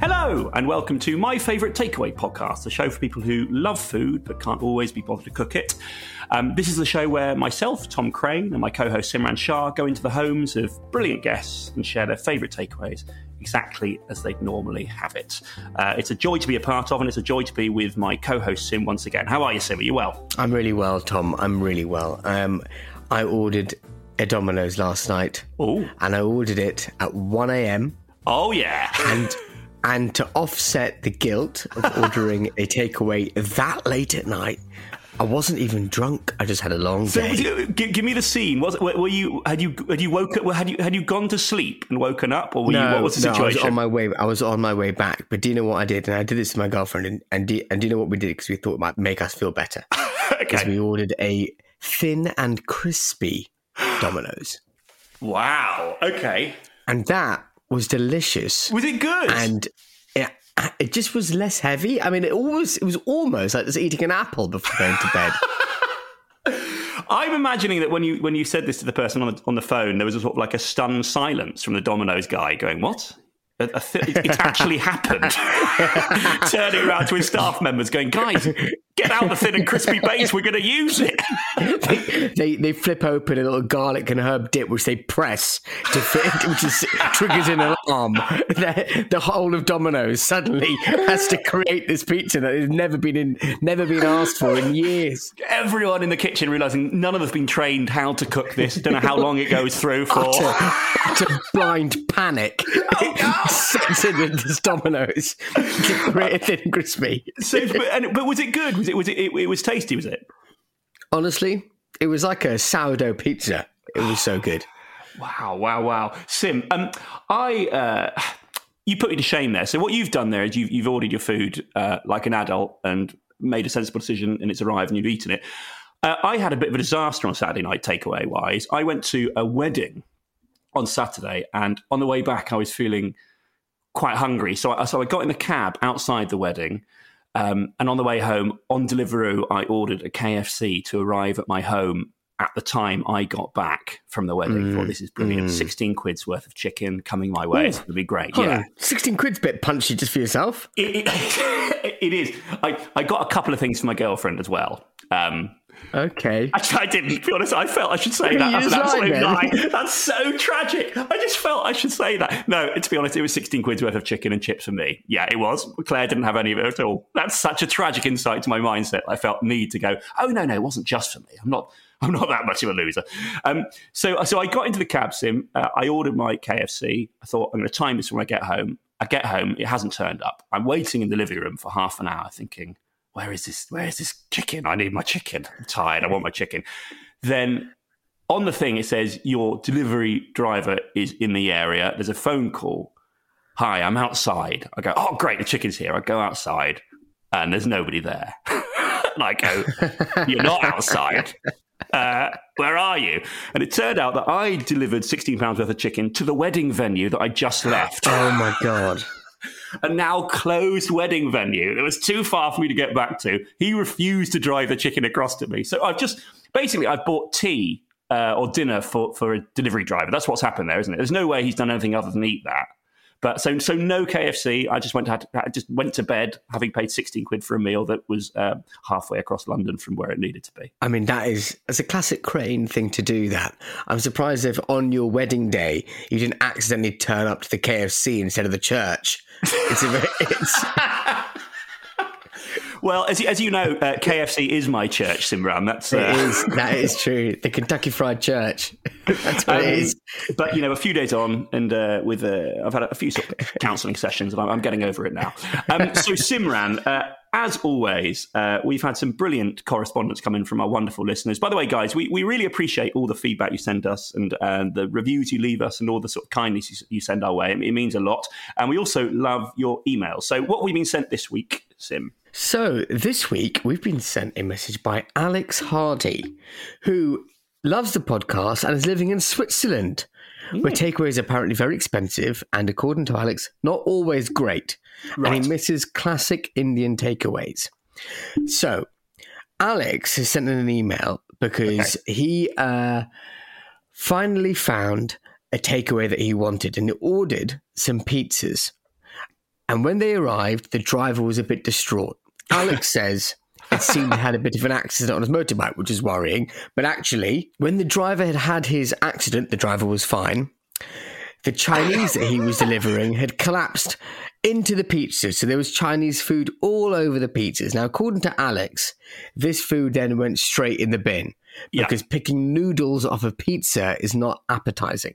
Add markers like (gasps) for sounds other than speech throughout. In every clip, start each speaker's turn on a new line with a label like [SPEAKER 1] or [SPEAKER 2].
[SPEAKER 1] Hello, and welcome to my favourite takeaway podcast, the show for people who love food but can't always be bothered to cook it. Um, this is the show where myself, Tom Crane, and my co host Simran Shah go into the homes of brilliant guests and share their favourite takeaways exactly as they'd normally have it. Uh, it's a joy to be a part of, and it's a joy to be with my co host Sim once again. How are you, Sim? Are you well?
[SPEAKER 2] I'm really well, Tom. I'm really well. Um, I ordered a Domino's last night,
[SPEAKER 1] Oh,
[SPEAKER 2] and I ordered it at 1 a.m.
[SPEAKER 1] oh yeah.
[SPEAKER 2] (laughs) and and to offset the guilt
[SPEAKER 1] (laughs)
[SPEAKER 2] of ordering a takeaway that late at night, I wasn't even drunk. I just had a long
[SPEAKER 1] So,
[SPEAKER 2] day.
[SPEAKER 1] g- (laughs) g- give me the scene. Was, were were you had you had you woke up? Had you had you gone to sleep and woken up, or were you? What was the
[SPEAKER 2] no, I was
[SPEAKER 1] situation?
[SPEAKER 2] on my way. I was on my way back, but do you know what I did? And I did this to my girlfriend, and and do, and do you know what we did? Because we thought it might make us feel better.
[SPEAKER 1] (laughs)
[SPEAKER 2] Because
[SPEAKER 1] Okay.
[SPEAKER 2] we ordered a thin and crispy Domino's,
[SPEAKER 1] Wow. Okay.
[SPEAKER 2] and that was delicious.
[SPEAKER 1] Was it good?
[SPEAKER 2] and it, it just was less heavy. I mean, it almost it was almost like just eating an apple before going to bed.
[SPEAKER 1] I'm imagining that when you when you said this to the person on the, on the phone, there was a sort of like a stunned silence from the Domino's guy, going, "What? A, a th- it, it's
[SPEAKER 2] (laughs)
[SPEAKER 1] actually happened." (laughs) Turning around to his staff members, going, "Guys, get out the thin and crispy base. We're going to use it."
[SPEAKER 2] they they flip open a little garlic and herb dip, which they press to fit, which is, triggers an alarm. The, the whole of Domino's suddenly has to create this pizza that has never been in, never been asked for in years.
[SPEAKER 1] Everyone in the kitchen realizing none of us been trained how to cook this. Don't know how long it goes through for.
[SPEAKER 2] (laughs) Utter, utter blind panic (laughs) sets in with this Domino's to create a thin and crispy.
[SPEAKER 1] So, but, and, but was it good? Was it was it, it? it was tasty. Was it?
[SPEAKER 2] Honestly, it was like a sourdough pizza. It was
[SPEAKER 1] (sighs)
[SPEAKER 2] so good.
[SPEAKER 1] Wow! Wow! Wow! Sim, um, I uh, (sighs) you put me to shame there. So what you've done there is you've you've ordered your food uh, like an adult and made a sensible decision, and it's arrived and you've eaten it. Uh, I had a bit of a disaster on Saturday night, takeaway wise. I went to a wedding on Saturday, and on the way back, I was feeling quite hungry. So I, so I got in the cab outside the wedding. Um, and on the way home, on Deliveroo, I ordered a KFC to arrive at my home at the time I got back from the wedding. I thought, this is brilliant. 16 quid's worth of chicken coming my way. It's going to be great.
[SPEAKER 2] Hold
[SPEAKER 1] yeah.
[SPEAKER 2] on, 16 quid's a bit punchy just for yourself.
[SPEAKER 1] It, it, (laughs) it is. I, I got a couple of things for my girlfriend as well. Um, (laughs)
[SPEAKER 2] Okay.
[SPEAKER 1] Actually, I didn't. To be honest, I felt I should say
[SPEAKER 2] You
[SPEAKER 1] that. That's an
[SPEAKER 2] just
[SPEAKER 1] absolute lie.
[SPEAKER 2] lied then.
[SPEAKER 1] That's so tragic. I just felt I should say that. No, to be honest, it was 16 quid's worth of chicken and chips for me. Yeah, it was. Claire didn't have any of it at all. That's such a tragic insight to my mindset. I felt need to go, oh, no, no, it wasn't just for me. I'm not. (laughs) I'm not that much of a loser. Um, so, so I got into the cab sim. Uh, I ordered my KFC. I thought I'm going to time this when I get home. I get home. It hasn't turned up. I'm waiting in the living room for half an hour, thinking, where is this? Where is this chicken? I need my chicken. I'm tired. I want my chicken. Then on the thing, it says your delivery driver is in the area. There's a phone call. Hi, I'm outside. I go, oh, great, the chicken's here. I go outside and there's nobody there. (laughs) and I go, you're not outside. Uh, where are you? And it turned out that I delivered £16 worth of chicken to the wedding venue that I just left
[SPEAKER 2] Oh my God.
[SPEAKER 1] a now closed wedding venue that was too far for me to get back to. He refused to drive the chicken across to me. So I've just basically I've bought tea uh, or dinner for for a delivery driver. That's what's happened there, isn't it? There's no way he's done anything other than eat that. But so so no KFC. I just went to had, I just went to bed having paid sixteen quid for a meal that was um, halfway across London from where it needed to be.
[SPEAKER 2] I mean, that is as a classic Crane thing to do. That I'm surprised if on your wedding day you didn't accidentally turn up to the KFC instead of the church. It's a very, (laughs) it's,
[SPEAKER 1] Well, as you, as you know, uh, KFC is my church, Simran. That's uh,
[SPEAKER 2] it is that is true. The Kentucky Fried Church. (laughs) That's what
[SPEAKER 1] (laughs) Um,
[SPEAKER 2] it is.
[SPEAKER 1] but you know, a few days on, and uh, with uh, I've had a few sort of counselling sessions, and I'm, I'm getting over it now. Um, so Simran. Uh, as always, uh, we've had some brilliant correspondence come in from our wonderful listeners. By the way, guys, we, we really appreciate all the feedback you send us and uh, the reviews you leave us and all the sort of kindness you, you send our way. It, it means a lot. And we also love your emails. So, what we've been sent this week, Sim?
[SPEAKER 2] So this week we've been sent a message by Alex Hardy, who loves the podcast and is living in Switzerland, where takeaway is apparently very expensive and, according to Alex, not always great. And he misses classic Indian takeaways. So Alex has sent in an email because he uh, finally found a takeaway that he wanted and he ordered some pizzas. And when they arrived, the driver was a bit distraught. Alex says it seemed he had a bit of an accident on his motorbike, which is worrying. But actually, when the driver had had his accident, the driver was fine. The Chinese that he was delivering had collapsed into the pizzas, so there was Chinese food all over the pizzas. Now, according to Alex, this food then went straight in the bin
[SPEAKER 1] Yeah.
[SPEAKER 2] because picking noodles off a pizza is not appetizing.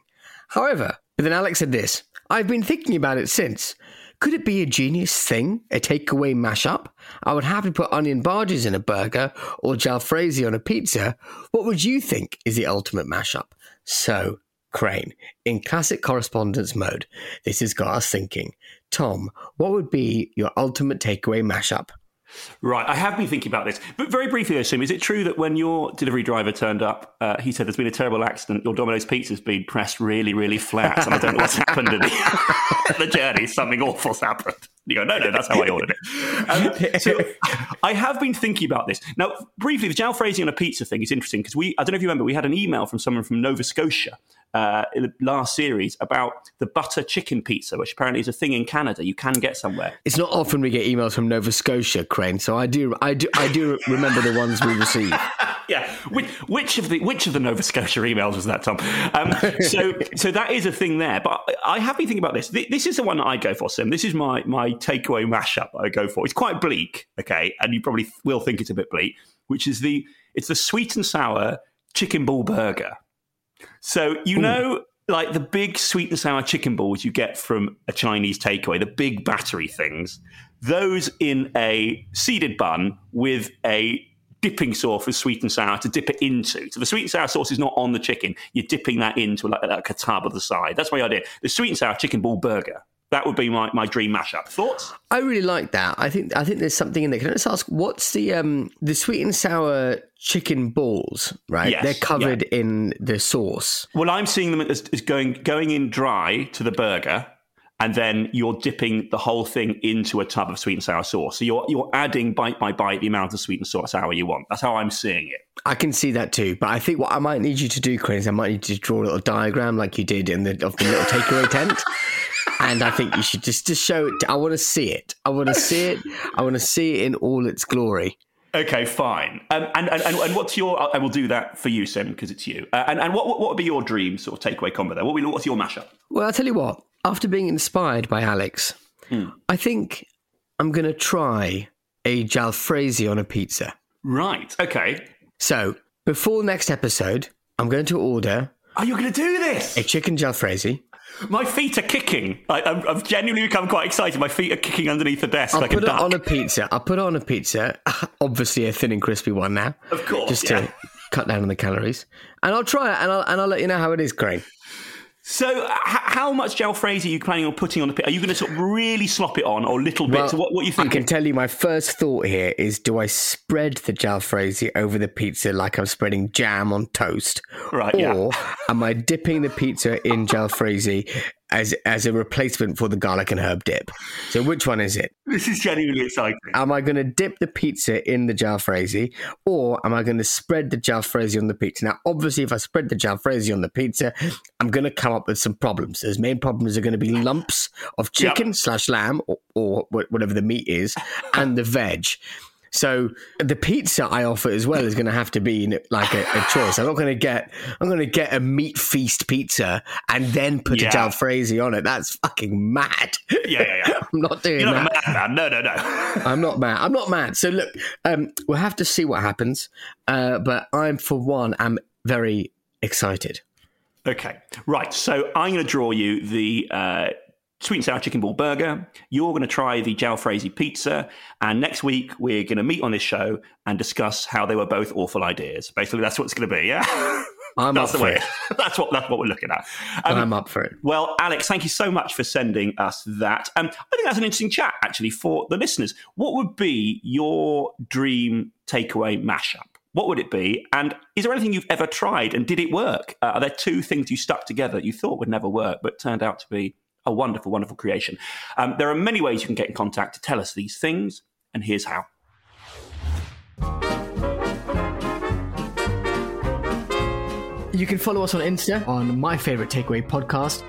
[SPEAKER 2] However, but then Alex said this I've been thinking about it since. Could it be a genius thing, a takeaway mashup? I would happily put onion barges in a burger or jalfrezi on a pizza. What would you think is the ultimate mashup? So, Crane, in classic correspondence mode, this has got us thinking. Tom, what would be your ultimate takeaway mashup?
[SPEAKER 1] Right, I have been thinking about this, but very briefly, though, Sim, is it true that when your delivery driver turned up, uh, he said there's been a terrible accident, your Domino's pizza's been pressed really, really flat, and I don't know what's (laughs) happened in the, (laughs) the journey, something awful's happened. You go, no, no, that's how I ordered it. Um, so I have been thinking about this now. Briefly, the jalfrezi on a pizza thing is interesting because we—I don't know if you remember—we had an email from someone from Nova Scotia uh, in the last series about the butter chicken pizza, which apparently is a thing in Canada. You can get somewhere.
[SPEAKER 2] It's not often we get emails from Nova Scotia, Crane, so I do, I do, I do remember the ones we receive.
[SPEAKER 1] (laughs) Yeah, which, which of the which of the Nova Scotia emails was that, Tom? Um, so so that is a thing there. But I, I have been thinking about this. Th- This is the one that I go for, Sim. This is my my takeaway mashup I go for. It's quite bleak, okay, and you probably will think it's a bit bleak. Which is the it's the sweet and sour chicken ball burger. So you know, like the big sweet and sour chicken balls you get from a Chinese takeaway, the big battery things. Those in a seeded bun with a dipping sauce of sweet and sour to dip it into. So the sweet and sour sauce is not on the chicken; you're dipping that into like, like a tub of the side. That's my idea. The sweet and sour chicken ball burger. That would be my, my dream mashup. Thoughts?
[SPEAKER 2] I really like that. I think I think there's something in there. Can I just ask what's the um the sweet and sour chicken balls, right?
[SPEAKER 1] Yes,
[SPEAKER 2] They're covered in the sauce.
[SPEAKER 1] Well, I'm seeing them as, as going going in dry to the burger, and then you're dipping the whole thing into a tub of sweet and sour sauce. So you're you're adding bite by bite the amount of sweet and sour sour you want. That's how I'm seeing it.
[SPEAKER 2] I can see that too, but I think what I might need you to do, Chris, I might need you to draw a little diagram like you did in the of the little takeaway tent. And I think you should just just show it. I want to see it. I want to see it. I want to see it in all its glory.
[SPEAKER 1] Okay, fine. Um, and, and, and and what's your? And we'll do that for you, Sim, because it's you. Uh, and and what, what what would be your dream sort of takeaway combo there? What would be, what's your mashup?
[SPEAKER 2] Well, I'll tell you what, after being inspired by Alex, I think I'm going to try a jalfrezi on a pizza.
[SPEAKER 1] Right. Okay.
[SPEAKER 2] So, before next episode, I'm going to order
[SPEAKER 1] Are you going to do this?
[SPEAKER 2] a chicken jalfrezi.
[SPEAKER 1] My feet are kicking. I, I'm, I've genuinely become quite excited. My feet are kicking underneath the desk
[SPEAKER 2] I'll
[SPEAKER 1] like
[SPEAKER 2] put
[SPEAKER 1] a
[SPEAKER 2] it
[SPEAKER 1] duck.
[SPEAKER 2] on a pizza. I'll put it on a pizza. (laughs) Obviously, a thin and crispy one now.
[SPEAKER 1] Of course,
[SPEAKER 2] Just
[SPEAKER 1] yeah.
[SPEAKER 2] to cut down on the calories. And I'll try it and I'll, and I'll let you know how it is, Crane.
[SPEAKER 1] So, h- how much jalfrezi are you planning on putting on the pit? Are you going to sort of really slop it on, or little bits? what, what are you
[SPEAKER 2] I can
[SPEAKER 1] thinking?
[SPEAKER 2] tell you my first thought here is do I spread the jalfrezi over the pizza like I'm spreading jam on toast?
[SPEAKER 1] Right, yeah.
[SPEAKER 2] Or am I dipping the pizza in jalfrezi as as a replacement for the garlic and herb dip. So which one is it?
[SPEAKER 1] This is genuinely exciting.
[SPEAKER 2] Am I going to dip the pizza in the jalfrezi, or am I going to spread the jalfrezi on the pizza? Now, obviously, if I spread the jalfrezi on the pizza, I'm going to come up with some problems. Those main problems are going to be lumps of chicken slash lamb or, or wh- whatever the meat is, and the veg. So the pizza I offer as well is going to have to be you know, like a, a choice. I'm not going to get I'm going to get a meat feast pizza and then put
[SPEAKER 1] Yeah.
[SPEAKER 2] a jalfrezi on it. That's fucking mad. (laughs)
[SPEAKER 1] Yeah, yeah, yeah.
[SPEAKER 2] I'm not doing
[SPEAKER 1] You're
[SPEAKER 2] that.
[SPEAKER 1] not a madman. No, no, no. (laughs)
[SPEAKER 2] I'm not mad. I'm not mad. So look, um, we'll have to see what happens. Uh, but I'm, for one, am very excited.
[SPEAKER 1] Okay, right. So I'm going to draw you the uh, sweet and sour chicken ball burger. You're going to try the Jalfrezi pizza, and next week we're going to meet on this show and discuss how they were both awful ideas. Basically, that's what it's going to be. Yeah, (laughs)
[SPEAKER 2] I'm
[SPEAKER 1] that's
[SPEAKER 2] up
[SPEAKER 1] the
[SPEAKER 2] for
[SPEAKER 1] way.
[SPEAKER 2] it.
[SPEAKER 1] that's what that's what we're looking at. Um,
[SPEAKER 2] I'm up for it.
[SPEAKER 1] Well, Alex, thank you so much for sending us that. Um, I think that's an interesting chat actually for the listeners. What would be your dream takeaway mashup? What would it be? And is there anything you've ever tried and did it work? Uh, are there two things you stuck together that you thought would never work but turned out to be a wonderful, wonderful creation? Um, there are many ways you can get in contact to tell us these things, and here's how.
[SPEAKER 3] You can follow us on Insta on My Favorite Takeaway Podcast,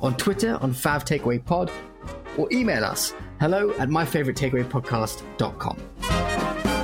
[SPEAKER 3] on Twitter on Fav Takeaway Pod, or email us hello at myfavoritetakeawaypodcast.com.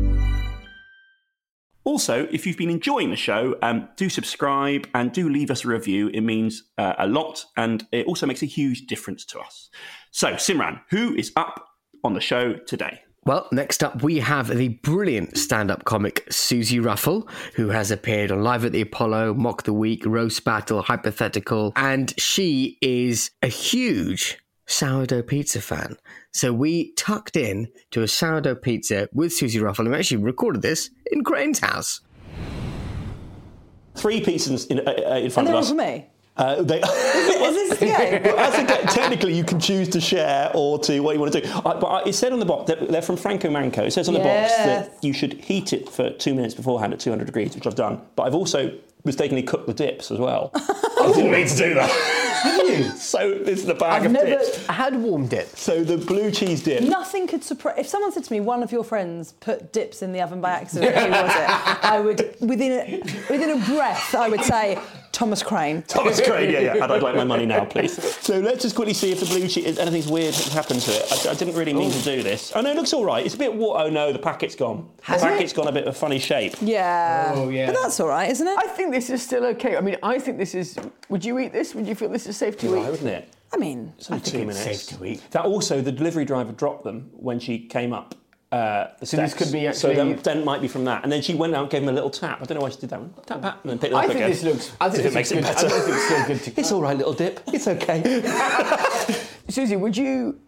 [SPEAKER 1] Also, if you've been enjoying the show, um, do subscribe and do leave us a review. It means uh, a lot and it also makes a huge difference to us. So, Simran, who is up on the show today?
[SPEAKER 2] Well, next up, we have the brilliant stand up comic Susie Ruffle, who has appeared on Live at the Apollo, Mock the Week, Roast Battle, Hypothetical, and she is a huge sourdough pizza fan. So we tucked in to a sourdough pizza with Susie Ruffle, and we actually recorded this in Crane's house.
[SPEAKER 1] Three pieces in, uh, uh, in
[SPEAKER 4] And
[SPEAKER 1] front
[SPEAKER 4] they're
[SPEAKER 1] of
[SPEAKER 4] all
[SPEAKER 1] us.
[SPEAKER 4] for (laughs) me.
[SPEAKER 1] Uh, they,
[SPEAKER 4] (laughs) Is this yeah? (laughs)
[SPEAKER 1] Well, that's okay. Technically, you can choose to share or to what you want to do. I, but I, it said on the box, that they're from Franco Manco. It says on the
[SPEAKER 4] Yes.
[SPEAKER 1] box that you should heat it for two minutes beforehand at 200 degrees, which I've done. But I've also mistakenly cooked the dips as
[SPEAKER 3] (laughs)
[SPEAKER 1] well. I didn't mean to do that. So this is the bag
[SPEAKER 3] I've
[SPEAKER 1] of
[SPEAKER 3] never
[SPEAKER 1] dips.
[SPEAKER 3] had warm dips.
[SPEAKER 1] So the blue cheese dip.
[SPEAKER 4] Nothing could surprise. If someone said to me, "One of your friends put dips in the oven by accident," who was it? I would, within a, within a breath, I would say Thomas Crane.
[SPEAKER 1] Thomas Crane, yeah, yeah. And (laughs) I'd like my money now, please. So let's just quickly see if the blue sheet, if anything's weird has happened to it. I, I didn't really mean to do this. Oh, no, it looks all right. It's a bit wa Oh, no, the packet's gone.
[SPEAKER 3] Has
[SPEAKER 1] the
[SPEAKER 3] it?
[SPEAKER 1] packet's gone a bit of a funny shape.
[SPEAKER 4] Yeah.
[SPEAKER 3] Oh, yeah.
[SPEAKER 4] But that's all right, isn't it?
[SPEAKER 3] I think this is still okay. I mean, I think this is. Would you eat this? Would you feel this is safe to
[SPEAKER 1] Right,
[SPEAKER 3] eat?
[SPEAKER 1] wouldn't it?
[SPEAKER 4] I mean,
[SPEAKER 1] It's only
[SPEAKER 3] I think
[SPEAKER 1] two
[SPEAKER 3] it's
[SPEAKER 1] minutes.
[SPEAKER 3] safe to eat.
[SPEAKER 1] That also, the delivery driver dropped them when she came up. Uh, the
[SPEAKER 3] So this
[SPEAKER 1] steps.
[SPEAKER 3] could be
[SPEAKER 1] So
[SPEAKER 3] actually-
[SPEAKER 1] then, then might be from that. And then she went out and gave him a little tap. I don't know why she did that one. Tap, tap, and then picked it up
[SPEAKER 3] I think
[SPEAKER 1] again.
[SPEAKER 3] this looks- I think
[SPEAKER 1] See if
[SPEAKER 3] this
[SPEAKER 1] it makes it
[SPEAKER 3] looks
[SPEAKER 1] better.
[SPEAKER 3] good. I don't think it's so good
[SPEAKER 1] (laughs)
[SPEAKER 3] to-
[SPEAKER 1] it's all right, little dip. It's
[SPEAKER 3] (laughs)
[SPEAKER 1] okay.
[SPEAKER 3] Susie, would you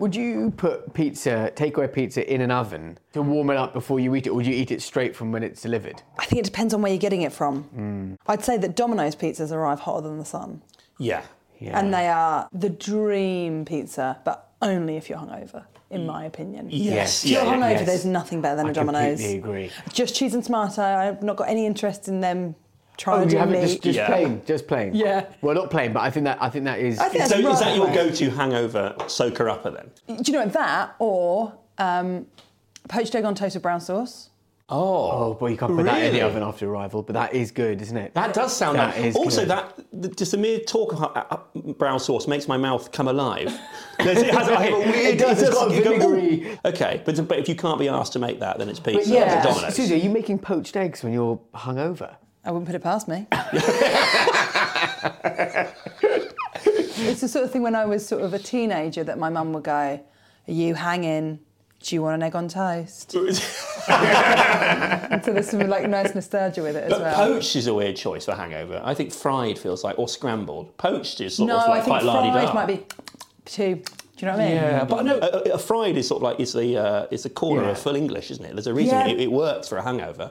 [SPEAKER 3] would you put pizza, takeaway pizza, in an oven to warm it up before you eat it, or would you eat it straight from when it's delivered?
[SPEAKER 4] I think it depends on where you're getting it from. I'd say that Domino's pizzas arrive hotter than the sun,
[SPEAKER 1] yeah.
[SPEAKER 4] and they are the dream pizza, but only if you're hungover, in my opinion.
[SPEAKER 1] Yes.
[SPEAKER 4] If you're
[SPEAKER 1] Yeah, yeah,
[SPEAKER 4] hungover,
[SPEAKER 3] yes.
[SPEAKER 4] there's nothing better than a Domino's.
[SPEAKER 3] completely agree.
[SPEAKER 4] Just cheese and tomato. I've not got any interest in them trying
[SPEAKER 3] Oh,
[SPEAKER 4] to
[SPEAKER 3] you
[SPEAKER 4] do
[SPEAKER 3] have
[SPEAKER 4] meat.
[SPEAKER 3] it just, just
[SPEAKER 1] Yeah.
[SPEAKER 3] plain, just plain.
[SPEAKER 4] Yeah.
[SPEAKER 3] Well, not plain, but I think that I think that is.
[SPEAKER 4] I think that's
[SPEAKER 1] So
[SPEAKER 4] right.
[SPEAKER 1] is that your go-to hangover soaker upper then?
[SPEAKER 4] Do you know that or um, poached egg on toast with brown sauce?
[SPEAKER 1] Oh,
[SPEAKER 3] Well, you can't put that in the
[SPEAKER 1] Really?
[SPEAKER 3] oven after arrival, but that is good, isn't it?
[SPEAKER 1] That does sound
[SPEAKER 3] That
[SPEAKER 1] that.
[SPEAKER 3] is
[SPEAKER 1] also,
[SPEAKER 3] good.
[SPEAKER 1] that the- just the mere talk of uh, uh, brown sauce makes my mouth come alive. (laughs) There's- it has a
[SPEAKER 3] It
[SPEAKER 1] weird.
[SPEAKER 3] does, it's
[SPEAKER 1] does,
[SPEAKER 3] got a
[SPEAKER 1] you go, "Ooh."
[SPEAKER 3] vinegary-
[SPEAKER 1] Oh, Okay, but, but if you can't be asked to make that, then it's pizza.
[SPEAKER 4] yeah.
[SPEAKER 1] it's Domino's.
[SPEAKER 3] Susie, are you making poached eggs when you're hungover?
[SPEAKER 4] I wouldn't put it past
[SPEAKER 1] (laughs)
[SPEAKER 4] me. it's the sort of thing when I was sort of a teenager that my mum would go, Are you hanging? Do you want an egg
[SPEAKER 1] (laughs)
[SPEAKER 4] on toast? So there's some like nice nostalgia with it as
[SPEAKER 1] But
[SPEAKER 4] well.
[SPEAKER 1] poached is a weird choice for hangover. I think fried feels like, or scrambled. Poached is sort
[SPEAKER 4] no,
[SPEAKER 1] of like
[SPEAKER 4] I think
[SPEAKER 1] quite la-di-da.
[SPEAKER 4] fried might be too. Do you know what I mean?
[SPEAKER 1] Yeah, but no, Uh, a, a- a fried is sort of like it's the uh, it's the corner of full English, isn't it? There's a reason
[SPEAKER 4] Yeah.
[SPEAKER 1] it, it works for a hangover.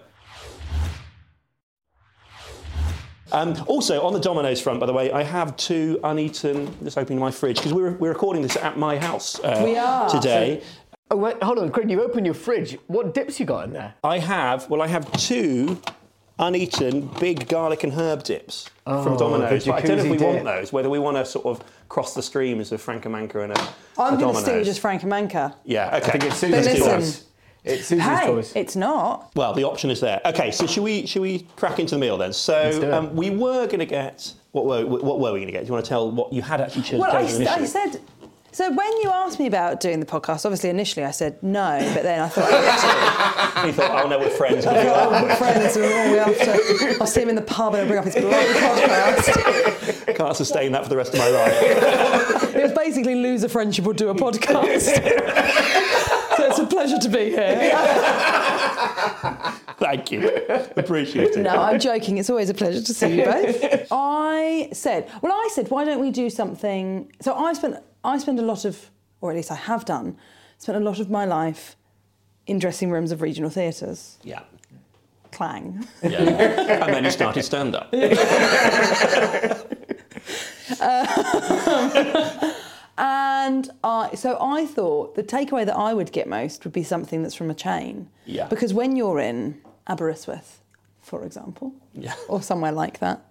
[SPEAKER 1] Um, also, on the Domino's front, by the way, I have two uneaten. Just opening my fridge because we're, we're recording this at my house uh,
[SPEAKER 4] We are.
[SPEAKER 1] today.
[SPEAKER 3] Oh, wait, hold on, Craig, you open your fridge. What dips you got in there?
[SPEAKER 1] I have well, I have two uneaten big garlic and herb dips from Domino's.
[SPEAKER 3] Oh, the
[SPEAKER 1] But I don't know if
[SPEAKER 3] jacuzzi
[SPEAKER 1] we want
[SPEAKER 3] dip.
[SPEAKER 1] those. Whether we want to sort of cross the streams of Frankamanca and a,
[SPEAKER 4] I'm
[SPEAKER 1] a
[SPEAKER 4] going to
[SPEAKER 1] Domino's.
[SPEAKER 4] steal you just Frank and Manca.
[SPEAKER 1] yeah, okay.
[SPEAKER 3] I think it's
[SPEAKER 4] But
[SPEAKER 3] Susie's
[SPEAKER 4] listen.
[SPEAKER 3] choice. It's Susie's
[SPEAKER 4] Hey,
[SPEAKER 3] choice.
[SPEAKER 4] it's not.
[SPEAKER 1] Well, the option is there. Okay, so should we should we crack into the meal then?
[SPEAKER 3] do
[SPEAKER 1] So
[SPEAKER 3] it.
[SPEAKER 1] um, we were going to get what were what were we going to get? Do you want to tell what you had actually chosen?
[SPEAKER 4] Well, I,
[SPEAKER 1] chosen
[SPEAKER 4] I
[SPEAKER 1] initially?
[SPEAKER 4] said. So when you asked me about doing the podcast, obviously initially I said no, but then I thought I would too.
[SPEAKER 1] We thought, oh no, we're friends.
[SPEAKER 4] I
[SPEAKER 1] We'll
[SPEAKER 4] thought, oh, we're friends, we're all we after. I'll see him in the pub and I'll bring up his bloody podcast.
[SPEAKER 1] do- (laughs) Can't sustain that for the rest of my life. (laughs)
[SPEAKER 4] It was basically lose a friendship or do a podcast. (laughs) so it's a pleasure to be here.
[SPEAKER 1] Thank you, appreciate (laughs) it.
[SPEAKER 4] No, I'm joking. It's always a pleasure to see you both. I said, well, I said, why don't we do something? So I spent, I spend a lot of, or at least I have done, spent a lot of my life in dressing rooms of regional theatres.
[SPEAKER 1] Yeah.
[SPEAKER 4] Clang.
[SPEAKER 1] yeah. and then you started stand
[SPEAKER 4] (laughs)
[SPEAKER 1] up.
[SPEAKER 4] And I, so I thought the takeaway that I would get most would be something that's from a chain.
[SPEAKER 1] Yeah.
[SPEAKER 4] Because when you're in Aberystwyth, for example,
[SPEAKER 1] Yeah.
[SPEAKER 4] or somewhere like that,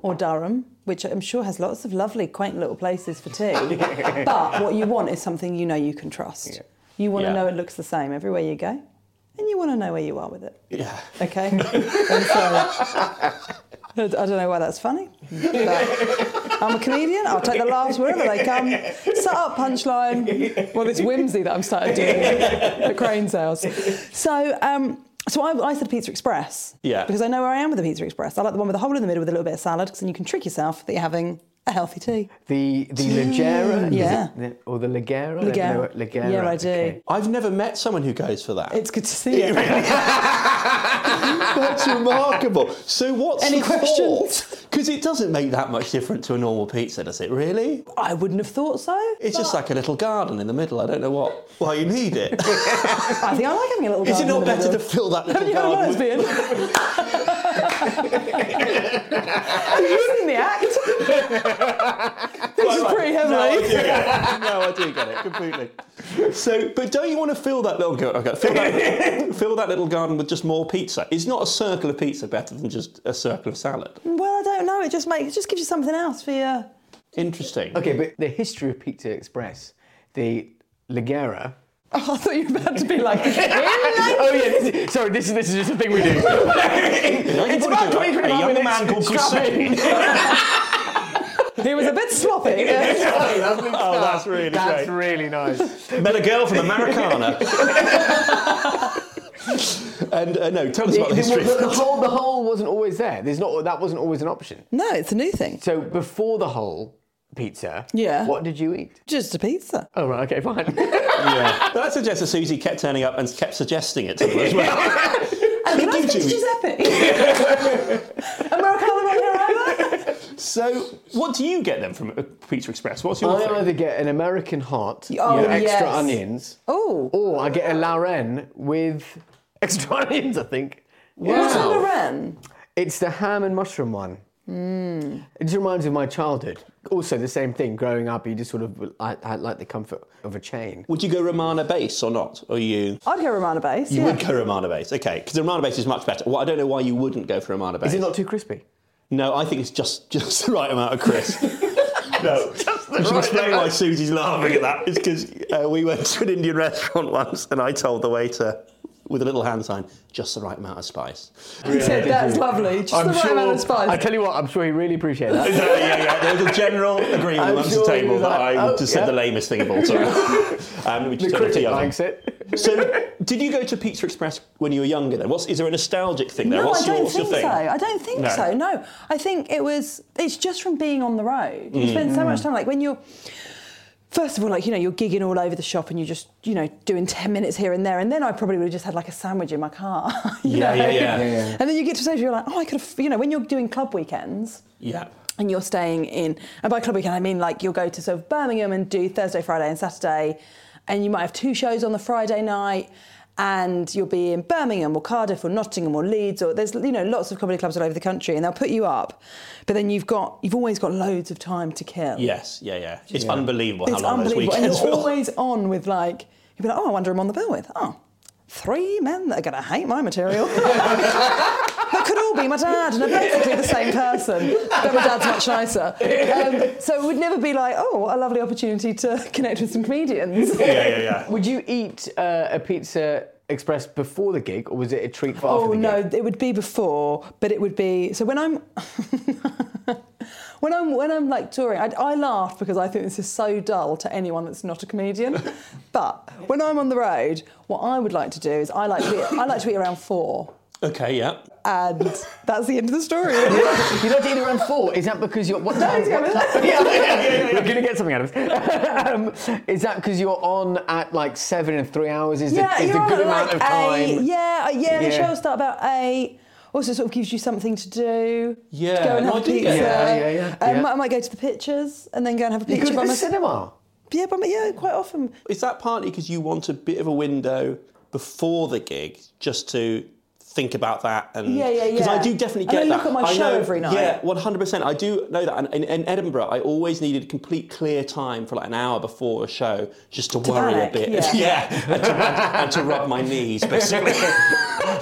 [SPEAKER 4] or Durham, which I'm sure has lots of lovely, quaint little places for
[SPEAKER 1] (laughs)
[SPEAKER 4] tea, but what you want is something you know you can trust. You want
[SPEAKER 1] Yeah.
[SPEAKER 4] to know it looks the same everywhere you go, and you want to know where you are with it.
[SPEAKER 1] Yeah.
[SPEAKER 4] Okay. (laughs) I'm sorry. I don't know why that's funny. but I'm a comedian. I'll take the laughs wherever they come. Set up punchline. Well, this whimsy that I'm started doing at Crane's house. So, um, so I, I said Pizza Express.
[SPEAKER 1] Yeah.
[SPEAKER 4] Because I know where I am with the Pizza Express. I like the one with a hole in the middle with a little bit of salad, because then you can trick yourself that you're having a healthy tea.
[SPEAKER 3] The the Ligera, is
[SPEAKER 4] Yeah.
[SPEAKER 3] it the- or the Ligera, I don't know
[SPEAKER 4] Ligera.
[SPEAKER 3] what- Ligera.
[SPEAKER 4] Yeah, I do.
[SPEAKER 3] okay.
[SPEAKER 1] I've never met someone who goes for that.
[SPEAKER 4] It's good to see you.
[SPEAKER 1] (laughs) That's remarkable. So what's
[SPEAKER 4] Any
[SPEAKER 1] the
[SPEAKER 4] questions?
[SPEAKER 1] Because it doesn't make that much difference to a normal pizza, does it? Really?
[SPEAKER 4] I wouldn't have thought so.
[SPEAKER 1] It's just like a little garden in the middle. I don't know what why you need
[SPEAKER 4] (laughs)
[SPEAKER 1] it.
[SPEAKER 4] I think I like having a little.
[SPEAKER 1] Is it
[SPEAKER 4] garden in
[SPEAKER 1] not
[SPEAKER 4] the
[SPEAKER 1] better to
[SPEAKER 4] middle.
[SPEAKER 1] fill that
[SPEAKER 4] Have
[SPEAKER 1] little
[SPEAKER 4] you had a
[SPEAKER 1] garden? with-
[SPEAKER 4] lesbian? Have you seen the act? This is pretty heavily. (laughs)
[SPEAKER 1] No, I do get it completely. So, but don't you want to fill that little garden? Okay, fill
[SPEAKER 4] (laughs)
[SPEAKER 1] that, fill that little garden with just more pizza. Is not a circle of pizza better than just a circle of salad?
[SPEAKER 4] Well, I don't know. It just makes, it just gives you something else for your.
[SPEAKER 1] Interesting.
[SPEAKER 3] Okay, but the history of Pizza Express, the Ligera.
[SPEAKER 4] Oh, (laughs) I thought you were about to be like.
[SPEAKER 3] oh yeah, this is, sorry, this is this is just a thing we do. it's about 20, 25
[SPEAKER 1] a young
[SPEAKER 3] minutes.
[SPEAKER 1] man called
[SPEAKER 3] Stop it.
[SPEAKER 1] (laughs) Hussein.
[SPEAKER 3] (laughs)
[SPEAKER 4] He was a bit sloppy.
[SPEAKER 1] Oh, that's really
[SPEAKER 3] That's
[SPEAKER 1] great.
[SPEAKER 3] really
[SPEAKER 1] (laughs)
[SPEAKER 3] nice.
[SPEAKER 1] Met a girl from
[SPEAKER 4] (laughs)
[SPEAKER 1] Americana. and uh, no, tell us
[SPEAKER 3] The,
[SPEAKER 1] about the history.
[SPEAKER 3] the-
[SPEAKER 4] (laughs)
[SPEAKER 3] the hole, the hole wasn't always there. There's not that wasn't always an option.
[SPEAKER 4] No, it's a new thing.
[SPEAKER 3] So before the whole pizza,
[SPEAKER 4] Yeah.
[SPEAKER 3] what did you eat?
[SPEAKER 4] Just a pizza.
[SPEAKER 3] Oh right, okay, fine. (laughs)
[SPEAKER 1] yeah. That suggests that Susie kept turning up and kept suggesting it to them as well. (laughs)
[SPEAKER 4] And can
[SPEAKER 1] Could
[SPEAKER 4] (laughs) I
[SPEAKER 1] you,
[SPEAKER 4] speak to
[SPEAKER 1] Jimmy?
[SPEAKER 4] (laughs) Giuseppe? Americano on here either?
[SPEAKER 1] So, what do you get then from uh, Pizza Express? What's your
[SPEAKER 3] I
[SPEAKER 1] thing?
[SPEAKER 3] either get an American heart
[SPEAKER 4] Oh,
[SPEAKER 3] with extra
[SPEAKER 4] yes.
[SPEAKER 3] onions,
[SPEAKER 4] Oh.
[SPEAKER 3] or I get a Laren with extra (laughs) onions. I think.
[SPEAKER 4] What's
[SPEAKER 3] Yeah.
[SPEAKER 4] under Ren?
[SPEAKER 3] It's the ham and mushroom one.
[SPEAKER 4] Hmm.
[SPEAKER 3] It just reminds me of my childhood. Also, the same thing. Growing up, you just sort of I, I like the comfort of a chain.
[SPEAKER 1] Would you go Romana base or not? Or you?
[SPEAKER 4] I'd go Romana base.
[SPEAKER 1] You
[SPEAKER 4] yeah.
[SPEAKER 1] would go Romana base, okay? Because Romana base is much better. Well, I don't know why you wouldn't go for Romana base.
[SPEAKER 3] Is it not too crispy?
[SPEAKER 1] No, I think it's just just the right amount of crisp. (laughs) no, just the
[SPEAKER 3] right
[SPEAKER 1] explain
[SPEAKER 3] amount.
[SPEAKER 1] why (laughs) Susie's laughing at that. It's because uh, we went to an Indian restaurant once, and I told the waiter with a little hand sign, just the right amount of spice.
[SPEAKER 4] He said, that's lovely. Just the right amount of spice.
[SPEAKER 3] I tell you what, I'm sure you really appreciate
[SPEAKER 4] (laughs)
[SPEAKER 3] that.
[SPEAKER 1] So, (laughs) yeah, yeah, there was a general agreement
[SPEAKER 3] I'm
[SPEAKER 1] amongst
[SPEAKER 3] sure
[SPEAKER 1] the
[SPEAKER 3] he
[SPEAKER 1] table
[SPEAKER 3] was
[SPEAKER 1] that
[SPEAKER 3] like,
[SPEAKER 1] I
[SPEAKER 3] "Oh,
[SPEAKER 1] just
[SPEAKER 3] yeah."
[SPEAKER 1] said the lamest thing of all time.
[SPEAKER 3] (laughs)
[SPEAKER 1] um, which
[SPEAKER 3] the
[SPEAKER 1] is
[SPEAKER 3] critic
[SPEAKER 1] the other.
[SPEAKER 3] likes it.
[SPEAKER 1] So, did you go to Pizza Express when you were younger? Then, what's is there a nostalgic thing there?
[SPEAKER 4] No,
[SPEAKER 1] what's
[SPEAKER 4] I don't
[SPEAKER 1] your, what's your
[SPEAKER 4] think
[SPEAKER 1] thing?
[SPEAKER 4] so. I don't think
[SPEAKER 1] No.
[SPEAKER 4] so. No, I think it was. It's just from being on the road. You spend so much
[SPEAKER 1] Mm.
[SPEAKER 4] time, like when you're. First of all, like you know, you're gigging all over the shop, and you're just you know doing ten minutes here and there, and then I probably would have just had like a sandwich in my car. (laughs) you
[SPEAKER 1] Yeah,
[SPEAKER 4] know?
[SPEAKER 1] yeah, yeah. Yeah, yeah.
[SPEAKER 4] And then you get to a stage where you're like, oh, I could have. You know, when you're doing club weekends,
[SPEAKER 1] Yeah.
[SPEAKER 4] and you're staying in, and by club weekend I mean like you'll go to sort of Birmingham and do Thursday, Friday, and Saturday, and you might have two shows on the Friday night, and you'll be in Birmingham or Cardiff or Nottingham or Leeds or there's you know lots of comedy clubs all over the country, and they'll put you up, but then you've got you've always got loads of time to kill.
[SPEAKER 1] Yes. Yeah. Yeah. It's unbelievable
[SPEAKER 4] it's
[SPEAKER 1] how long those
[SPEAKER 4] unbelievable, and
[SPEAKER 1] weekends
[SPEAKER 4] you're
[SPEAKER 1] were.
[SPEAKER 4] always on with like you'll be like, oh, I wonder who I'm on the bill with. Oh, three men that are going to hate my material. (laughs) That could all be my dad, and are basically the same person, but my dad's much nicer. Um, so it would never be like, oh, what a lovely opportunity to (laughs) connect with some
[SPEAKER 1] (laughs)
[SPEAKER 4] comedians.
[SPEAKER 1] yeah. Yeah. Yeah.
[SPEAKER 3] Would you eat uh, a pizza express before the gig, or was it a treat for
[SPEAKER 4] Oh
[SPEAKER 3] after the
[SPEAKER 4] no,
[SPEAKER 3] gig?
[SPEAKER 4] it would be before, but it would be so when I'm (laughs) when I'm when I'm like touring, I, I laugh because I think this is so dull to anyone that's not a
[SPEAKER 3] (laughs)
[SPEAKER 4] comedian. but when I'm on the road, what I would like to do is I like to be, I like to be around four,
[SPEAKER 1] Okay. Yeah.
[SPEAKER 4] and that's the end of the story.
[SPEAKER 3] (laughs) You don't eat around four. Is that because you're what?
[SPEAKER 4] he's going with that.
[SPEAKER 3] (laughs) yeah, We're gonna get something out of this. (laughs) um, is that because you're on at like seven and three hours? Is the, is the
[SPEAKER 4] you're on
[SPEAKER 3] good
[SPEAKER 4] at,
[SPEAKER 3] amount
[SPEAKER 4] like
[SPEAKER 3] of time?
[SPEAKER 4] Eight. Yeah, uh, yeah, the
[SPEAKER 3] Yeah.
[SPEAKER 4] show will start about eight. Also, sort of gives you something to do.
[SPEAKER 1] Yeah,
[SPEAKER 4] to go and
[SPEAKER 1] no,
[SPEAKER 4] have
[SPEAKER 1] I
[SPEAKER 4] a
[SPEAKER 1] do
[SPEAKER 4] pizza.
[SPEAKER 1] get
[SPEAKER 3] that. Yeah, yeah, yeah.
[SPEAKER 4] Um,
[SPEAKER 3] Yeah.
[SPEAKER 4] I might go to the pictures and then go and have a
[SPEAKER 3] You go
[SPEAKER 4] picture
[SPEAKER 3] to
[SPEAKER 4] by
[SPEAKER 3] the
[SPEAKER 4] myself.
[SPEAKER 3] cinema.
[SPEAKER 4] Yeah, but yeah, quite often.
[SPEAKER 1] Is that partly because you want a bit of a window before the gig just to think about that and
[SPEAKER 4] Yeah, yeah,
[SPEAKER 1] Because I
[SPEAKER 4] yeah.
[SPEAKER 1] do definitely
[SPEAKER 4] And
[SPEAKER 1] get
[SPEAKER 4] I
[SPEAKER 1] that.
[SPEAKER 4] look at my show
[SPEAKER 1] know,
[SPEAKER 4] every night.
[SPEAKER 1] Yeah, one hundred percent. I do know that. And in, in Edinburgh, I always needed complete clear time for like an hour before a show just to, worry
[SPEAKER 4] panic,
[SPEAKER 1] a bit. (laughs)
[SPEAKER 4] yeah.
[SPEAKER 1] and, to, and, and to rub my knees
[SPEAKER 4] (laughs)
[SPEAKER 1] basically.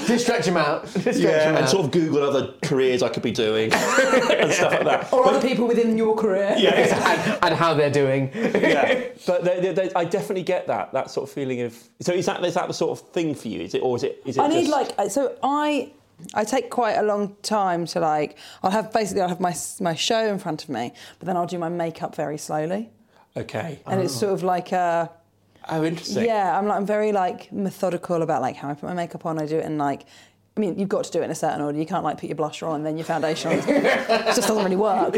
[SPEAKER 3] Just stretch him out. Just stretch him
[SPEAKER 1] yeah,
[SPEAKER 3] out.
[SPEAKER 1] and sort of Google other careers I could be doing (laughs) and stuff like that.
[SPEAKER 4] Or
[SPEAKER 1] But-
[SPEAKER 4] other people (laughs) within your career.
[SPEAKER 1] yeah, exactly.
[SPEAKER 3] and, (laughs) and how they're doing.
[SPEAKER 1] yeah, (laughs) but they, they, they, I definitely get that that sort of feeling of. So is that is that the sort of thing for you? Is it or is it? Is it
[SPEAKER 4] I need
[SPEAKER 1] just-
[SPEAKER 4] like uh, so I I take quite a long time to like I'll have basically I'll have my s- my show in front of me, but then I'll do my makeup very slowly,
[SPEAKER 1] Okay.
[SPEAKER 4] and it's sort of like a.
[SPEAKER 1] Oh, interesting.
[SPEAKER 4] Yeah, I'm like I'm very like methodical about like how I put my makeup on. I do it in like I mean, you've got to do it in a certain order. You can't like put your blusher on and then your foundation on. (laughs) it just doesn't really work.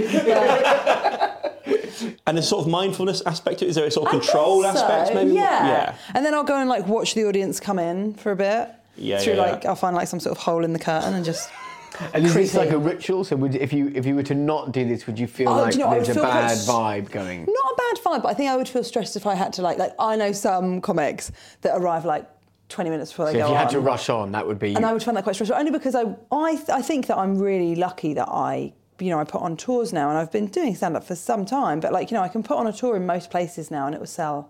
[SPEAKER 1] And the sort of mindfulness aspect to it. Is there a sort of control
[SPEAKER 4] I guess so,
[SPEAKER 1] aspect? Maybe.
[SPEAKER 4] Yeah.
[SPEAKER 1] Yeah.
[SPEAKER 4] And then I'll go and like watch the audience come in for a bit.
[SPEAKER 1] Yeah,
[SPEAKER 4] Through
[SPEAKER 1] yeah, yeah.
[SPEAKER 4] like I'll find like some sort of hole in the curtain and just
[SPEAKER 3] (laughs) And is this
[SPEAKER 4] Creepy.
[SPEAKER 3] like a ritual? So would, if you if you were to not do this, would you feel
[SPEAKER 4] Oh, do
[SPEAKER 3] like
[SPEAKER 4] you know what? I
[SPEAKER 3] there's
[SPEAKER 4] would
[SPEAKER 3] a
[SPEAKER 4] feel quite
[SPEAKER 3] bad
[SPEAKER 4] s- (laughs)
[SPEAKER 3] vibe going?
[SPEAKER 4] not a bad vibe, but I think I would feel stressed if I had to like like I know some comics that arrive like 20 minutes before they
[SPEAKER 3] So
[SPEAKER 4] go
[SPEAKER 3] if you had
[SPEAKER 4] on.
[SPEAKER 3] to rush on, that would be.
[SPEAKER 4] and I would find that quite stressful. Only because I, I, th- I think that I'm really lucky that I, you know, I put on tours now, and I've been doing stand up for some time. But like, you know, I can put on a tour in most places now, and it will sell,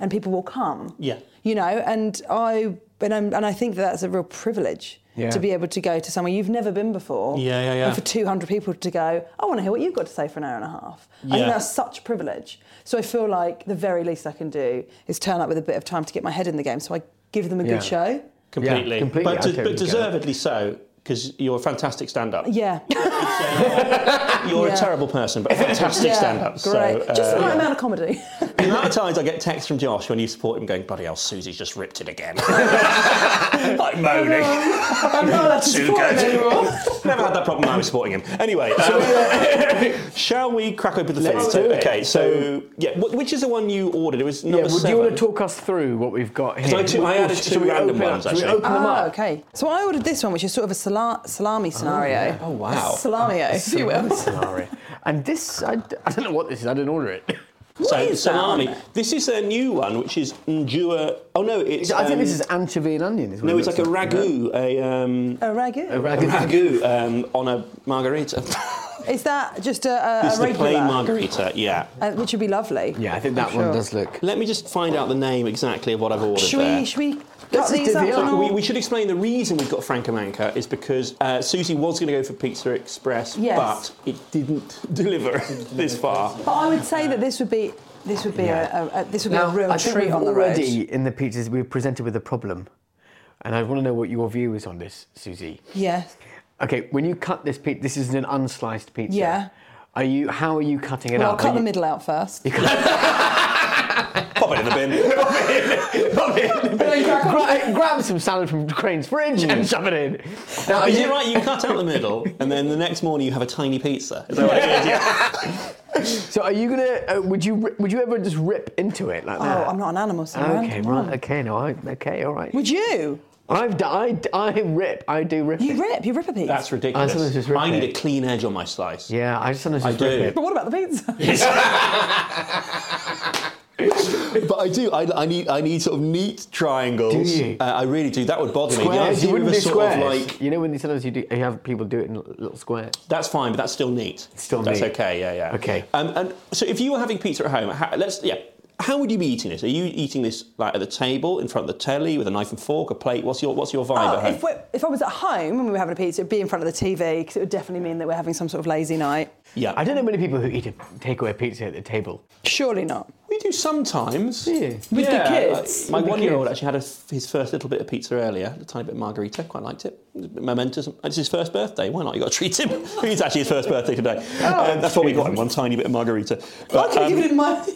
[SPEAKER 4] and people will come.
[SPEAKER 1] Yeah.
[SPEAKER 4] You know, and I, and I'm, and I think that that's a real privilege.
[SPEAKER 3] Yeah.
[SPEAKER 4] To be able to go to somewhere you've never been before,
[SPEAKER 1] Yeah, yeah, yeah.
[SPEAKER 4] and for 200 people to go, I want to hear what you've got to say for an hour and a half. I
[SPEAKER 1] Yeah.
[SPEAKER 4] think that's such privilege. So I feel like the very least I can do is turn up with a bit of time to get my head in the game. So I give them a
[SPEAKER 3] Yeah.
[SPEAKER 4] good show.
[SPEAKER 1] Completely.
[SPEAKER 3] completely, I
[SPEAKER 1] But,
[SPEAKER 3] totally
[SPEAKER 1] but
[SPEAKER 3] get it.
[SPEAKER 1] deservedly so. Because you're a fantastic stand-up.
[SPEAKER 4] Yeah.
[SPEAKER 1] (laughs) You're a
[SPEAKER 4] Yeah.
[SPEAKER 1] terrible person,
[SPEAKER 4] (laughs)
[SPEAKER 1] but a fantastic
[SPEAKER 4] Yeah,
[SPEAKER 1] stand-up.
[SPEAKER 4] Great.
[SPEAKER 1] So, uh,
[SPEAKER 4] Just the right
[SPEAKER 1] yeah.
[SPEAKER 4] amount
[SPEAKER 1] (laughs)
[SPEAKER 4] of comedy.
[SPEAKER 1] The amount of times I get texts from Josh when you support him going, bloody hell, Susie's just ripped it again. (laughs) like moaning.
[SPEAKER 4] I'm not allowed to
[SPEAKER 1] Too
[SPEAKER 4] support him
[SPEAKER 1] good.
[SPEAKER 4] anymore.
[SPEAKER 1] Never had that problem when I was supporting him. Anyway, (laughs) um, shall we crack open the
[SPEAKER 3] Let's
[SPEAKER 1] food?
[SPEAKER 3] do it.
[SPEAKER 1] Okay, so, yeah, wh- which is the one you ordered? It was
[SPEAKER 3] yeah,
[SPEAKER 1] number
[SPEAKER 3] would
[SPEAKER 1] seven.
[SPEAKER 3] you want to talk us through what we've got here?
[SPEAKER 1] I took- I added
[SPEAKER 3] Or sh-
[SPEAKER 1] two
[SPEAKER 3] shall we
[SPEAKER 1] random
[SPEAKER 3] open up-
[SPEAKER 1] ones,
[SPEAKER 3] shall we
[SPEAKER 1] actually.
[SPEAKER 3] open them
[SPEAKER 4] Ah,
[SPEAKER 3] up?
[SPEAKER 4] okay. So I ordered this one, which is sort of a sala- salami scenario.
[SPEAKER 1] Oh, wow.
[SPEAKER 4] A salamio, if you will.
[SPEAKER 3] Sorry. And this, I, d- I don't know what this is. I didn't order it.
[SPEAKER 1] so,
[SPEAKER 4] is that
[SPEAKER 1] salami.
[SPEAKER 4] on there?
[SPEAKER 1] This is their new one, which is Ndua. Oh, no, it's.
[SPEAKER 3] I think
[SPEAKER 1] um,
[SPEAKER 3] this is anchovy and onion. Is what
[SPEAKER 1] No,
[SPEAKER 3] it
[SPEAKER 1] it's like
[SPEAKER 3] looks
[SPEAKER 1] a ragu, a, um,
[SPEAKER 4] A ragu.
[SPEAKER 3] A
[SPEAKER 1] a
[SPEAKER 3] ragu.
[SPEAKER 1] ragu um, on a margarita.
[SPEAKER 4] Is that just a, a,
[SPEAKER 1] It's
[SPEAKER 4] a
[SPEAKER 1] the
[SPEAKER 4] regular?
[SPEAKER 1] plain margarita, yeah.
[SPEAKER 4] uh, which would be lovely.
[SPEAKER 3] Yeah, I think that one
[SPEAKER 4] Sure.
[SPEAKER 3] does look.
[SPEAKER 1] Let me just find out the name exactly of what I've ordered
[SPEAKER 4] Should
[SPEAKER 1] there.
[SPEAKER 4] we, should we cut
[SPEAKER 3] Let's just
[SPEAKER 4] these
[SPEAKER 3] do
[SPEAKER 4] up?
[SPEAKER 3] the other-
[SPEAKER 4] and all?
[SPEAKER 1] We, we should explain the reason we've got Franco Manca is because uh, Susie was going to go for Pizza Express,
[SPEAKER 4] Yes.
[SPEAKER 1] but it didn't (laughs) deliver this far.
[SPEAKER 4] But I would say that this would be this would be a, a, a this would be a real
[SPEAKER 3] I think
[SPEAKER 4] treat
[SPEAKER 3] we've
[SPEAKER 4] on the road.
[SPEAKER 3] already in the pizzas we're presented with a problem. and I want to know what your view is on this, Susie.
[SPEAKER 4] Yeah.
[SPEAKER 3] Okay, when you cut this pizza, this is an unsliced pizza.
[SPEAKER 4] Yeah.
[SPEAKER 3] Are you? How are you cutting it
[SPEAKER 4] Well, I'll
[SPEAKER 3] up?
[SPEAKER 4] cut
[SPEAKER 3] Are
[SPEAKER 4] the
[SPEAKER 3] you-
[SPEAKER 4] middle out first.
[SPEAKER 1] Pop it in the bin. (laughs) Pop it in. Pop it in the bin.
[SPEAKER 3] (laughs) Gra- grab some salad from Crane's fridge and shove it in. Now, are
[SPEAKER 1] Is
[SPEAKER 3] you
[SPEAKER 1] it right? You cut out the middle, (laughs) and then the next morning you have a tiny pizza. Is that what it is? Yeah.
[SPEAKER 3] So are you gonna? Uh, would you? ri- Would you ever just rip into it like
[SPEAKER 4] Oh,
[SPEAKER 3] that?
[SPEAKER 4] I'm not an animal, so
[SPEAKER 3] Okay, right. Okay, no, I, okay, all right.
[SPEAKER 4] Would you?
[SPEAKER 3] I've d- I, d- I rip. I do rip.
[SPEAKER 4] You
[SPEAKER 3] it.
[SPEAKER 4] rip. You rip a piece.
[SPEAKER 1] (laughs) That's
[SPEAKER 3] I
[SPEAKER 1] ridiculous.
[SPEAKER 3] sometimes just rip
[SPEAKER 1] I need
[SPEAKER 3] it.
[SPEAKER 1] a clean edge on my slice.
[SPEAKER 3] Yeah, I just sometimes
[SPEAKER 1] I
[SPEAKER 3] just
[SPEAKER 1] do.
[SPEAKER 3] rip it.
[SPEAKER 4] But what about the pizza?
[SPEAKER 1] But I do. I, I need. I need sort of neat triangles.
[SPEAKER 3] Do you?
[SPEAKER 1] Uh, I really do. That would bother me. The
[SPEAKER 3] Squares,
[SPEAKER 1] idea
[SPEAKER 3] you wouldn't
[SPEAKER 1] of
[SPEAKER 3] do
[SPEAKER 1] a sort of
[SPEAKER 3] squares.
[SPEAKER 1] like
[SPEAKER 3] you know when you- sometimes you do, you have people do it in l- little squares.
[SPEAKER 1] that's fine, but that's still neat.
[SPEAKER 3] still
[SPEAKER 1] that's
[SPEAKER 3] neat.
[SPEAKER 1] okay. Yeah, yeah.
[SPEAKER 3] Okay.
[SPEAKER 1] Um, and so if you were having pizza at home, how, let's yeah. How would you be eating this? Are you eating this like at the table, in front of the telly, with a knife and fork, a plate? What's your What's your vibe
[SPEAKER 4] Oh,
[SPEAKER 1] at home?
[SPEAKER 4] if, we're- if I was at home and we were having a pizza, it'd be in front of the TV because it would definitely mean that we're having some sort of lazy night.
[SPEAKER 1] yeah,
[SPEAKER 3] I don't know many people who eat a takeaway pizza at the table.
[SPEAKER 4] Surely not.
[SPEAKER 1] We do sometimes.
[SPEAKER 3] you?
[SPEAKER 4] With the
[SPEAKER 1] Yeah, like,
[SPEAKER 4] kids?
[SPEAKER 1] my
[SPEAKER 4] With the
[SPEAKER 1] one-year-old
[SPEAKER 4] kids?
[SPEAKER 1] actually had a, his first little bit of pizza earlier, a tiny bit of margarita. Quite liked it. It was a bit momentous. It's his first birthday. Why not? You got to treat him. (laughs) it's actually his first birthday today.
[SPEAKER 3] Oh,
[SPEAKER 1] Um, that's what we got him. One tiny bit of margarita. But,
[SPEAKER 4] Can I
[SPEAKER 1] um,
[SPEAKER 4] give it in my (laughs)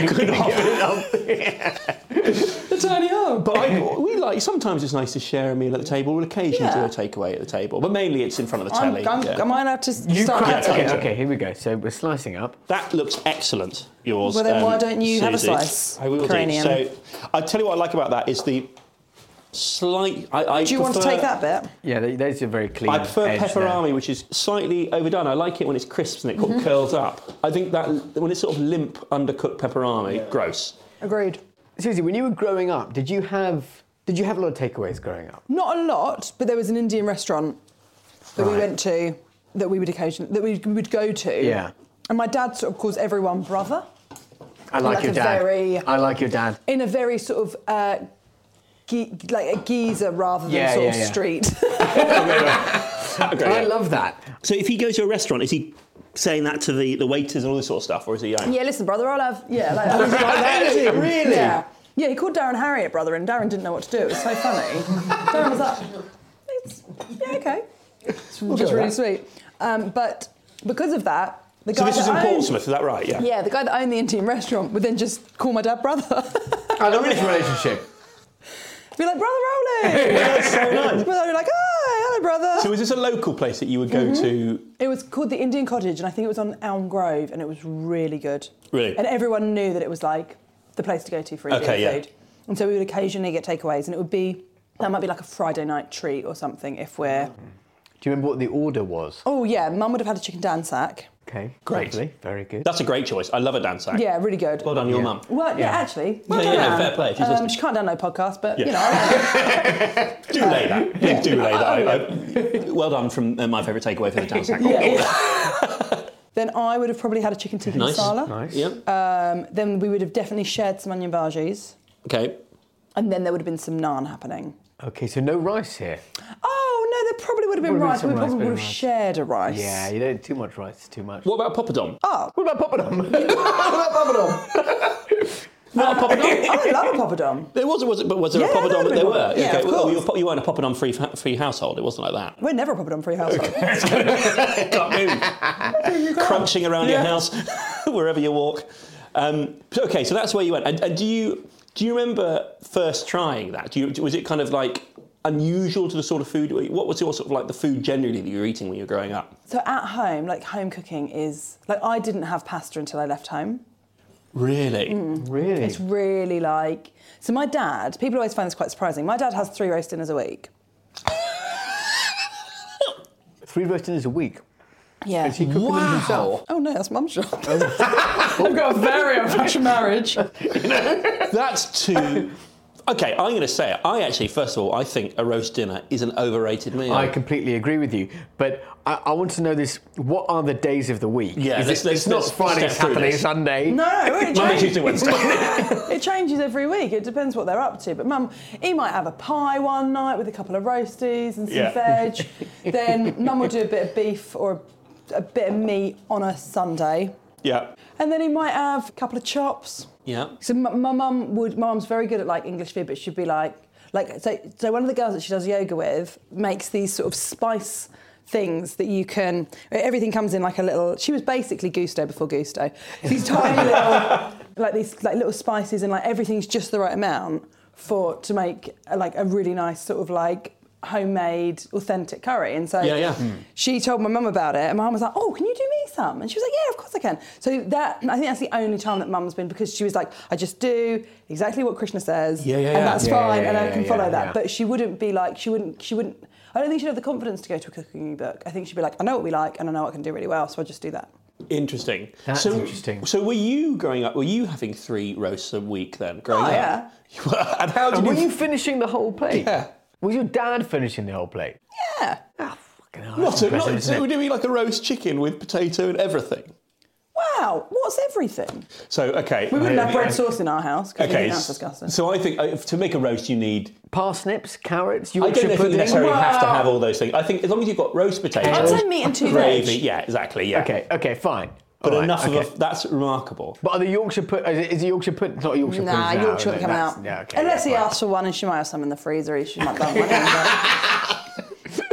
[SPEAKER 1] you could not
[SPEAKER 3] (laughs)
[SPEAKER 1] give it up.
[SPEAKER 4] the tiny arm?
[SPEAKER 1] But
[SPEAKER 4] (laughs)
[SPEAKER 1] I, we like sometimes it's nice to share a meal at the table. We'll occasionally
[SPEAKER 4] Yeah.
[SPEAKER 1] do a takeaway at the table, but mainly it's in front of the
[SPEAKER 4] I'm,
[SPEAKER 1] telly.
[SPEAKER 4] I'm,
[SPEAKER 1] yeah.
[SPEAKER 4] Am I allowed to s- start
[SPEAKER 1] crack
[SPEAKER 4] that?
[SPEAKER 1] it.
[SPEAKER 3] Okay,
[SPEAKER 1] Yeah.
[SPEAKER 3] okay, here we go. So we're slicing up.
[SPEAKER 1] That looks excellent, yours.
[SPEAKER 4] Well, then why don't you have a
[SPEAKER 1] Susie.
[SPEAKER 4] slice,
[SPEAKER 1] I will
[SPEAKER 4] Ukrainian?
[SPEAKER 1] do. So I tell you what I like about that is the slight. I, I
[SPEAKER 4] Do you want to
[SPEAKER 1] prefer-
[SPEAKER 4] take that bit?
[SPEAKER 3] Yeah, th- those are very clean.
[SPEAKER 1] I prefer
[SPEAKER 3] edge there.
[SPEAKER 1] pepperami, which is slightly overdone. I like it when it's crisp and it
[SPEAKER 4] Mm-hmm.
[SPEAKER 1] sort of curls up. I think that when it's sort of limp, undercooked pepperami, gross.
[SPEAKER 4] Agreed.
[SPEAKER 3] Susie, when you were growing up, did you have did you have a lot of takeaways growing up?
[SPEAKER 4] Not a lot, but there was an Indian restaurant that we went to that we would occasionally that we we would go to.
[SPEAKER 3] Yeah.
[SPEAKER 4] And my dad sort of calls everyone brother
[SPEAKER 3] I like,
[SPEAKER 4] Like
[SPEAKER 3] your
[SPEAKER 4] a
[SPEAKER 3] dad.
[SPEAKER 4] very-
[SPEAKER 3] I like your dad.
[SPEAKER 4] in a very sort of uh, ge- like a geezer rather than
[SPEAKER 3] Yeah,
[SPEAKER 4] sort
[SPEAKER 3] yeah,
[SPEAKER 4] of
[SPEAKER 3] yeah.
[SPEAKER 4] street. (laughs)
[SPEAKER 3] I love that.
[SPEAKER 1] So if he goes to a restaurant, is he saying that to the, the waiters and all this sort of stuff, or is he? Like,
[SPEAKER 4] yeah, listen, brother, I'll have
[SPEAKER 1] (laughs)
[SPEAKER 4] yeah. Like, that. He's like that.
[SPEAKER 1] Is he really?
[SPEAKER 4] Yeah. Yeah, he called Darren Harriet brother, and Darren didn't know what to do. It was so
[SPEAKER 1] (laughs)
[SPEAKER 4] funny. Darren was like, it's, yeah, okay, which is really sweet. Um, but because of that, the
[SPEAKER 1] So
[SPEAKER 4] guy
[SPEAKER 1] this
[SPEAKER 4] that
[SPEAKER 1] is in
[SPEAKER 4] owned-
[SPEAKER 1] Portsmouth, is that right? Yeah.
[SPEAKER 4] Yeah, the guy that owned the Indian restaurant would then just call my dad brother. (laughs)
[SPEAKER 3] I love this relationship.
[SPEAKER 4] Be like, brother
[SPEAKER 1] (laughs)
[SPEAKER 4] Rowley.
[SPEAKER 1] That's so Oh, nice.
[SPEAKER 4] But they'd be like, oh, hello, brother.
[SPEAKER 1] So is this a local place that you would
[SPEAKER 4] Mm-hmm.
[SPEAKER 1] go to?
[SPEAKER 4] it was called the Indian Cottage, and I think it was on Elm Grove, and it was really good.
[SPEAKER 1] Really?
[SPEAKER 4] And everyone knew that it was like the place to go to for Indian
[SPEAKER 1] Okay, yeah.
[SPEAKER 4] food. And so we would occasionally get takeaways, and it would be that might be like a Friday night treat or something if we're.
[SPEAKER 1] Oh.
[SPEAKER 3] Do you remember what the order was?
[SPEAKER 4] Oh yeah, Mum would have had a chicken dan sack.
[SPEAKER 3] Okay,
[SPEAKER 1] Great.
[SPEAKER 3] lovely, very good.
[SPEAKER 1] That's a great choice. I love a dance act.
[SPEAKER 4] Yeah, really good.
[SPEAKER 1] Well done, your mum.
[SPEAKER 4] Well, yeah, actually. Well
[SPEAKER 1] Yeah,
[SPEAKER 4] done,
[SPEAKER 1] yeah,
[SPEAKER 4] Anne.
[SPEAKER 1] fair play, she's
[SPEAKER 4] Um,
[SPEAKER 1] listening.
[SPEAKER 4] she can't download podcasts, but
[SPEAKER 1] Yeah.
[SPEAKER 4] you know. I-
[SPEAKER 1] (laughs) Do lay that. Please do lay that. I, I- (laughs) well done from uh, my favourite takeaway for the dance act.
[SPEAKER 4] Yeah, (laughs) yeah. then I would have probably had a chicken tikka
[SPEAKER 1] Nice.
[SPEAKER 4] masala.
[SPEAKER 3] Nice.
[SPEAKER 1] Yeah.
[SPEAKER 4] Um, then we would have definitely shared some onion bhajis,
[SPEAKER 1] okay.
[SPEAKER 4] and then there would have been some naan happening.
[SPEAKER 3] Okay, so no rice here.
[SPEAKER 4] Oh no, there probably would have been
[SPEAKER 3] Would have been
[SPEAKER 4] rice.
[SPEAKER 3] some
[SPEAKER 4] we
[SPEAKER 3] rice,
[SPEAKER 4] probably
[SPEAKER 3] bit of
[SPEAKER 4] would have
[SPEAKER 3] rice.
[SPEAKER 4] shared a rice.
[SPEAKER 3] Yeah, you don't too much rice. It's too much.
[SPEAKER 1] What about poppadom?
[SPEAKER 4] Oh,
[SPEAKER 3] What about poppadom? (laughs) what about poppadom?
[SPEAKER 1] Not a poppadom.
[SPEAKER 4] (laughs) I love a poppadom.
[SPEAKER 1] (laughs) There was, was it, but was there
[SPEAKER 4] Yeah,
[SPEAKER 1] a
[SPEAKER 4] there
[SPEAKER 1] poppadom?
[SPEAKER 4] would've
[SPEAKER 1] There
[SPEAKER 4] been
[SPEAKER 1] were.
[SPEAKER 4] poppadom. Yeah, of
[SPEAKER 1] well,
[SPEAKER 4] course.
[SPEAKER 1] you, were, you weren't a poppadom free, ha- free household. It wasn't like
[SPEAKER 4] We're never a poppadom free (laughs) household.
[SPEAKER 1] that. Can't move. Crunching around your house, (laughs) wherever you walk. Um, so- okay, so that's where you went. And, and do you do you remember first trying that? Do you, was it kind of like unusual to the sort of food? What was your sort of like the food generally that you were eating when you were growing up?
[SPEAKER 4] so at home, like home cooking is like I didn't have pasta until I left home.
[SPEAKER 1] Really?
[SPEAKER 3] really?
[SPEAKER 4] It's really like so. My dad. People always find this quite surprising. My dad has three roast dinners a week.
[SPEAKER 3] Three roast dinners a week.
[SPEAKER 4] Yeah.
[SPEAKER 3] Is he cooking them himself?
[SPEAKER 4] Oh no, that's mum's job. (laughs) I've got a very old-fashioned marriage.
[SPEAKER 1] That's (laughs) too. Okay, I'm going to say it. I actually, first of all, I think a roast dinner is an overrated meal.
[SPEAKER 3] I completely agree with you, but I, I want to know this: what are the days of the week?
[SPEAKER 1] Yeah,
[SPEAKER 3] Is
[SPEAKER 1] let's-
[SPEAKER 3] it-
[SPEAKER 1] let's-
[SPEAKER 3] it's not
[SPEAKER 1] let's
[SPEAKER 3] Friday,
[SPEAKER 1] step through
[SPEAKER 3] Saturday,
[SPEAKER 1] this.
[SPEAKER 3] Sunday.
[SPEAKER 4] No, no, it changes.
[SPEAKER 1] Monday, Tuesday, (laughs) Wednesday.
[SPEAKER 4] It changes every week. It depends what they're up to. But mum, he might have a pie one night with a couple of roasties and some
[SPEAKER 1] Yeah.
[SPEAKER 4] (laughs) veg. then mum will do a bit of beef or a bit of meat on a Sunday.
[SPEAKER 1] yeah.
[SPEAKER 4] And then he might have a couple of chops.
[SPEAKER 1] Yeah.
[SPEAKER 4] So m- my mum would, my mum's very good at like English food, but she'd be like, Like so, so one of the girls that she does yoga with makes these sort of spice things that you can. Everything comes in like a little. She was basically Gusto before Gusto.
[SPEAKER 1] (laughs)
[SPEAKER 4] These tiny little, like these like little spices, and like everything's just the right amount for to make a, like a really nice sort of like homemade authentic curry. And so
[SPEAKER 1] Yeah, yeah. Mm.
[SPEAKER 4] she told my mum about it, and my mum was like, "Oh, can you do me some?" And she was like, "Yeah, of course I can." So that I think that's the only time that mum's been because she was like, "I just do exactly what Krishna says,
[SPEAKER 1] Yeah, yeah, yeah.
[SPEAKER 4] and that's
[SPEAKER 1] Yeah,
[SPEAKER 4] fine,
[SPEAKER 2] yeah,
[SPEAKER 4] and I
[SPEAKER 2] yeah,
[SPEAKER 4] can
[SPEAKER 2] yeah,
[SPEAKER 4] follow that."
[SPEAKER 2] yeah.
[SPEAKER 4] But she wouldn't be like, she wouldn't, she wouldn't. I don't think she'd have the confidence to go to a cooking book. I think she'd be like, "I know what we like, and I know what I can do really well, so I just do that."
[SPEAKER 1] Interesting.
[SPEAKER 3] That's
[SPEAKER 1] so,
[SPEAKER 3] interesting.
[SPEAKER 1] So were you growing up? Were you having three roasts a week then? Growing
[SPEAKER 4] Oh,
[SPEAKER 1] up?
[SPEAKER 4] yeah.
[SPEAKER 1] (laughs) You were- and how did
[SPEAKER 3] Were
[SPEAKER 1] you?
[SPEAKER 3] you finishing the whole plate?
[SPEAKER 1] Yeah.
[SPEAKER 3] Was your dad finishing the whole plate?
[SPEAKER 4] Yeah.
[SPEAKER 3] Ah, fucking hell.
[SPEAKER 1] Not
[SPEAKER 3] that's
[SPEAKER 1] a,
[SPEAKER 3] impressive,
[SPEAKER 1] not,
[SPEAKER 3] isn't
[SPEAKER 1] so
[SPEAKER 3] it?
[SPEAKER 1] we're doing like a roast chicken with potato and everything.
[SPEAKER 4] Wow. What's everything?
[SPEAKER 1] So okay. uh,
[SPEAKER 4] We wouldn't have bread sauce in our house because
[SPEAKER 1] Okay.
[SPEAKER 4] that's disgusting.
[SPEAKER 1] So I think uh, to make a roast, you need.
[SPEAKER 3] Parsnips, carrots,
[SPEAKER 1] I don't
[SPEAKER 3] Yorkshire
[SPEAKER 1] know if you
[SPEAKER 3] pudding.
[SPEAKER 1] necessarily have to
[SPEAKER 4] Wow.
[SPEAKER 1] have all those things. I think as long as you've got roast potato,
[SPEAKER 4] I'd say meat and two
[SPEAKER 1] gravy.
[SPEAKER 4] veg.
[SPEAKER 1] Yeah, exactly. Yeah.
[SPEAKER 3] Okay, okay, fine.
[SPEAKER 1] But
[SPEAKER 3] All right,
[SPEAKER 1] enough
[SPEAKER 3] okay.
[SPEAKER 1] of a, that's
[SPEAKER 3] (laughs)
[SPEAKER 1] remarkable.
[SPEAKER 3] But are the Yorkshire put? Is it, is it Yorkshire put? It's not a Yorkshire
[SPEAKER 4] Nah,
[SPEAKER 3] pudding.
[SPEAKER 4] Yorkshire would come out.
[SPEAKER 3] Yeah, okay,
[SPEAKER 4] Unless
[SPEAKER 3] yeah,
[SPEAKER 4] he
[SPEAKER 3] fine.
[SPEAKER 4] asks for one and she might have some in the freezer. She might dump one in. but-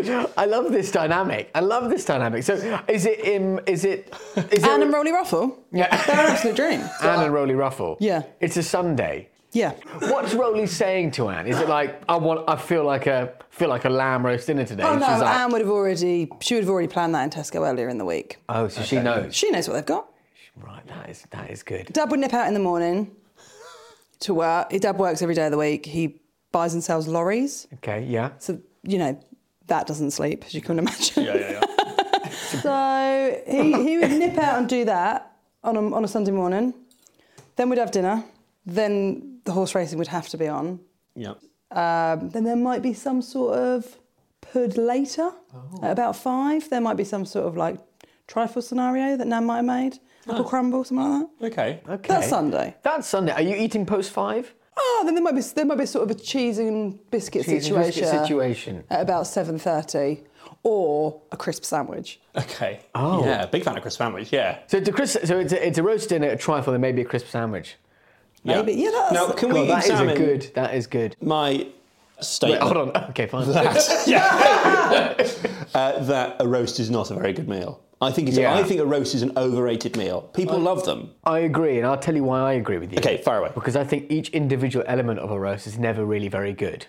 [SPEAKER 3] (laughs) I love this dynamic. I love this dynamic. So is it um, is it is
[SPEAKER 4] Anne
[SPEAKER 3] it
[SPEAKER 4] and Rolly Ruffle?
[SPEAKER 3] Yeah.
[SPEAKER 4] They're an absolute dream.
[SPEAKER 3] Anne and Rolly Ruffle?
[SPEAKER 4] Yeah.
[SPEAKER 3] It's a Sunday.
[SPEAKER 4] Yeah.
[SPEAKER 3] What's Rolly saying to Anne? Is it like I want? I feel like a feel like a lamb roast dinner today.
[SPEAKER 4] Oh
[SPEAKER 3] And
[SPEAKER 4] no,
[SPEAKER 3] she's like,
[SPEAKER 4] Anne would have already, she would have already planned that in Tesco earlier in the week.
[SPEAKER 3] oh, so she knows.
[SPEAKER 4] She knows what they've got.
[SPEAKER 3] Right, that is that is good.
[SPEAKER 4] Dad would nip out in the morning to work. His dad works every day of the week. He buys and sells lorries.
[SPEAKER 3] Okay, yeah.
[SPEAKER 4] So, you know, that doesn't sleep, as you can imagine. Yeah, yeah, yeah. so he, he would nip out and do that on a, on a Sunday morning. Then we'd have dinner. Then the horse racing would have to be on.
[SPEAKER 1] Yeah.
[SPEAKER 4] Then there might be some sort of pud later at about five. There might be some sort of like trifle scenario that Nan might have made. Apple crumble, something like that.
[SPEAKER 1] Okay.
[SPEAKER 3] Okay.
[SPEAKER 4] That's Sunday.
[SPEAKER 3] That's Sunday. Are you eating post five?
[SPEAKER 4] Oh, then there might be there might be sort of a cheese and biscuit
[SPEAKER 3] Cheese and
[SPEAKER 4] situation.
[SPEAKER 3] biscuit situation.
[SPEAKER 4] at about seven thirty, or a crisp sandwich.
[SPEAKER 1] Okay. Oh. Yeah. Big fan of crisp sandwich. Yeah.
[SPEAKER 3] So it's a crisp, so it's a, it's a roast dinner, a trifle, and maybe a crisp sandwich.
[SPEAKER 1] Yeah.
[SPEAKER 4] Maybe. Yeah, that's-
[SPEAKER 1] Now, can
[SPEAKER 3] Well,
[SPEAKER 1] we
[SPEAKER 3] that is
[SPEAKER 1] examine
[SPEAKER 3] a good. That is good.
[SPEAKER 1] my
[SPEAKER 3] Wait,
[SPEAKER 1] statement?
[SPEAKER 3] hold on. Okay, fine.
[SPEAKER 1] that, yeah. Uh, that a roast is not a very good meal. I think it's.
[SPEAKER 3] Yeah.
[SPEAKER 1] I think a roast is an overrated meal. People love them.
[SPEAKER 3] (laughs) I agree, and I'll tell you why I agree with you.
[SPEAKER 1] Okay, fire away.
[SPEAKER 3] Because I think each individual element of a roast is never really very good.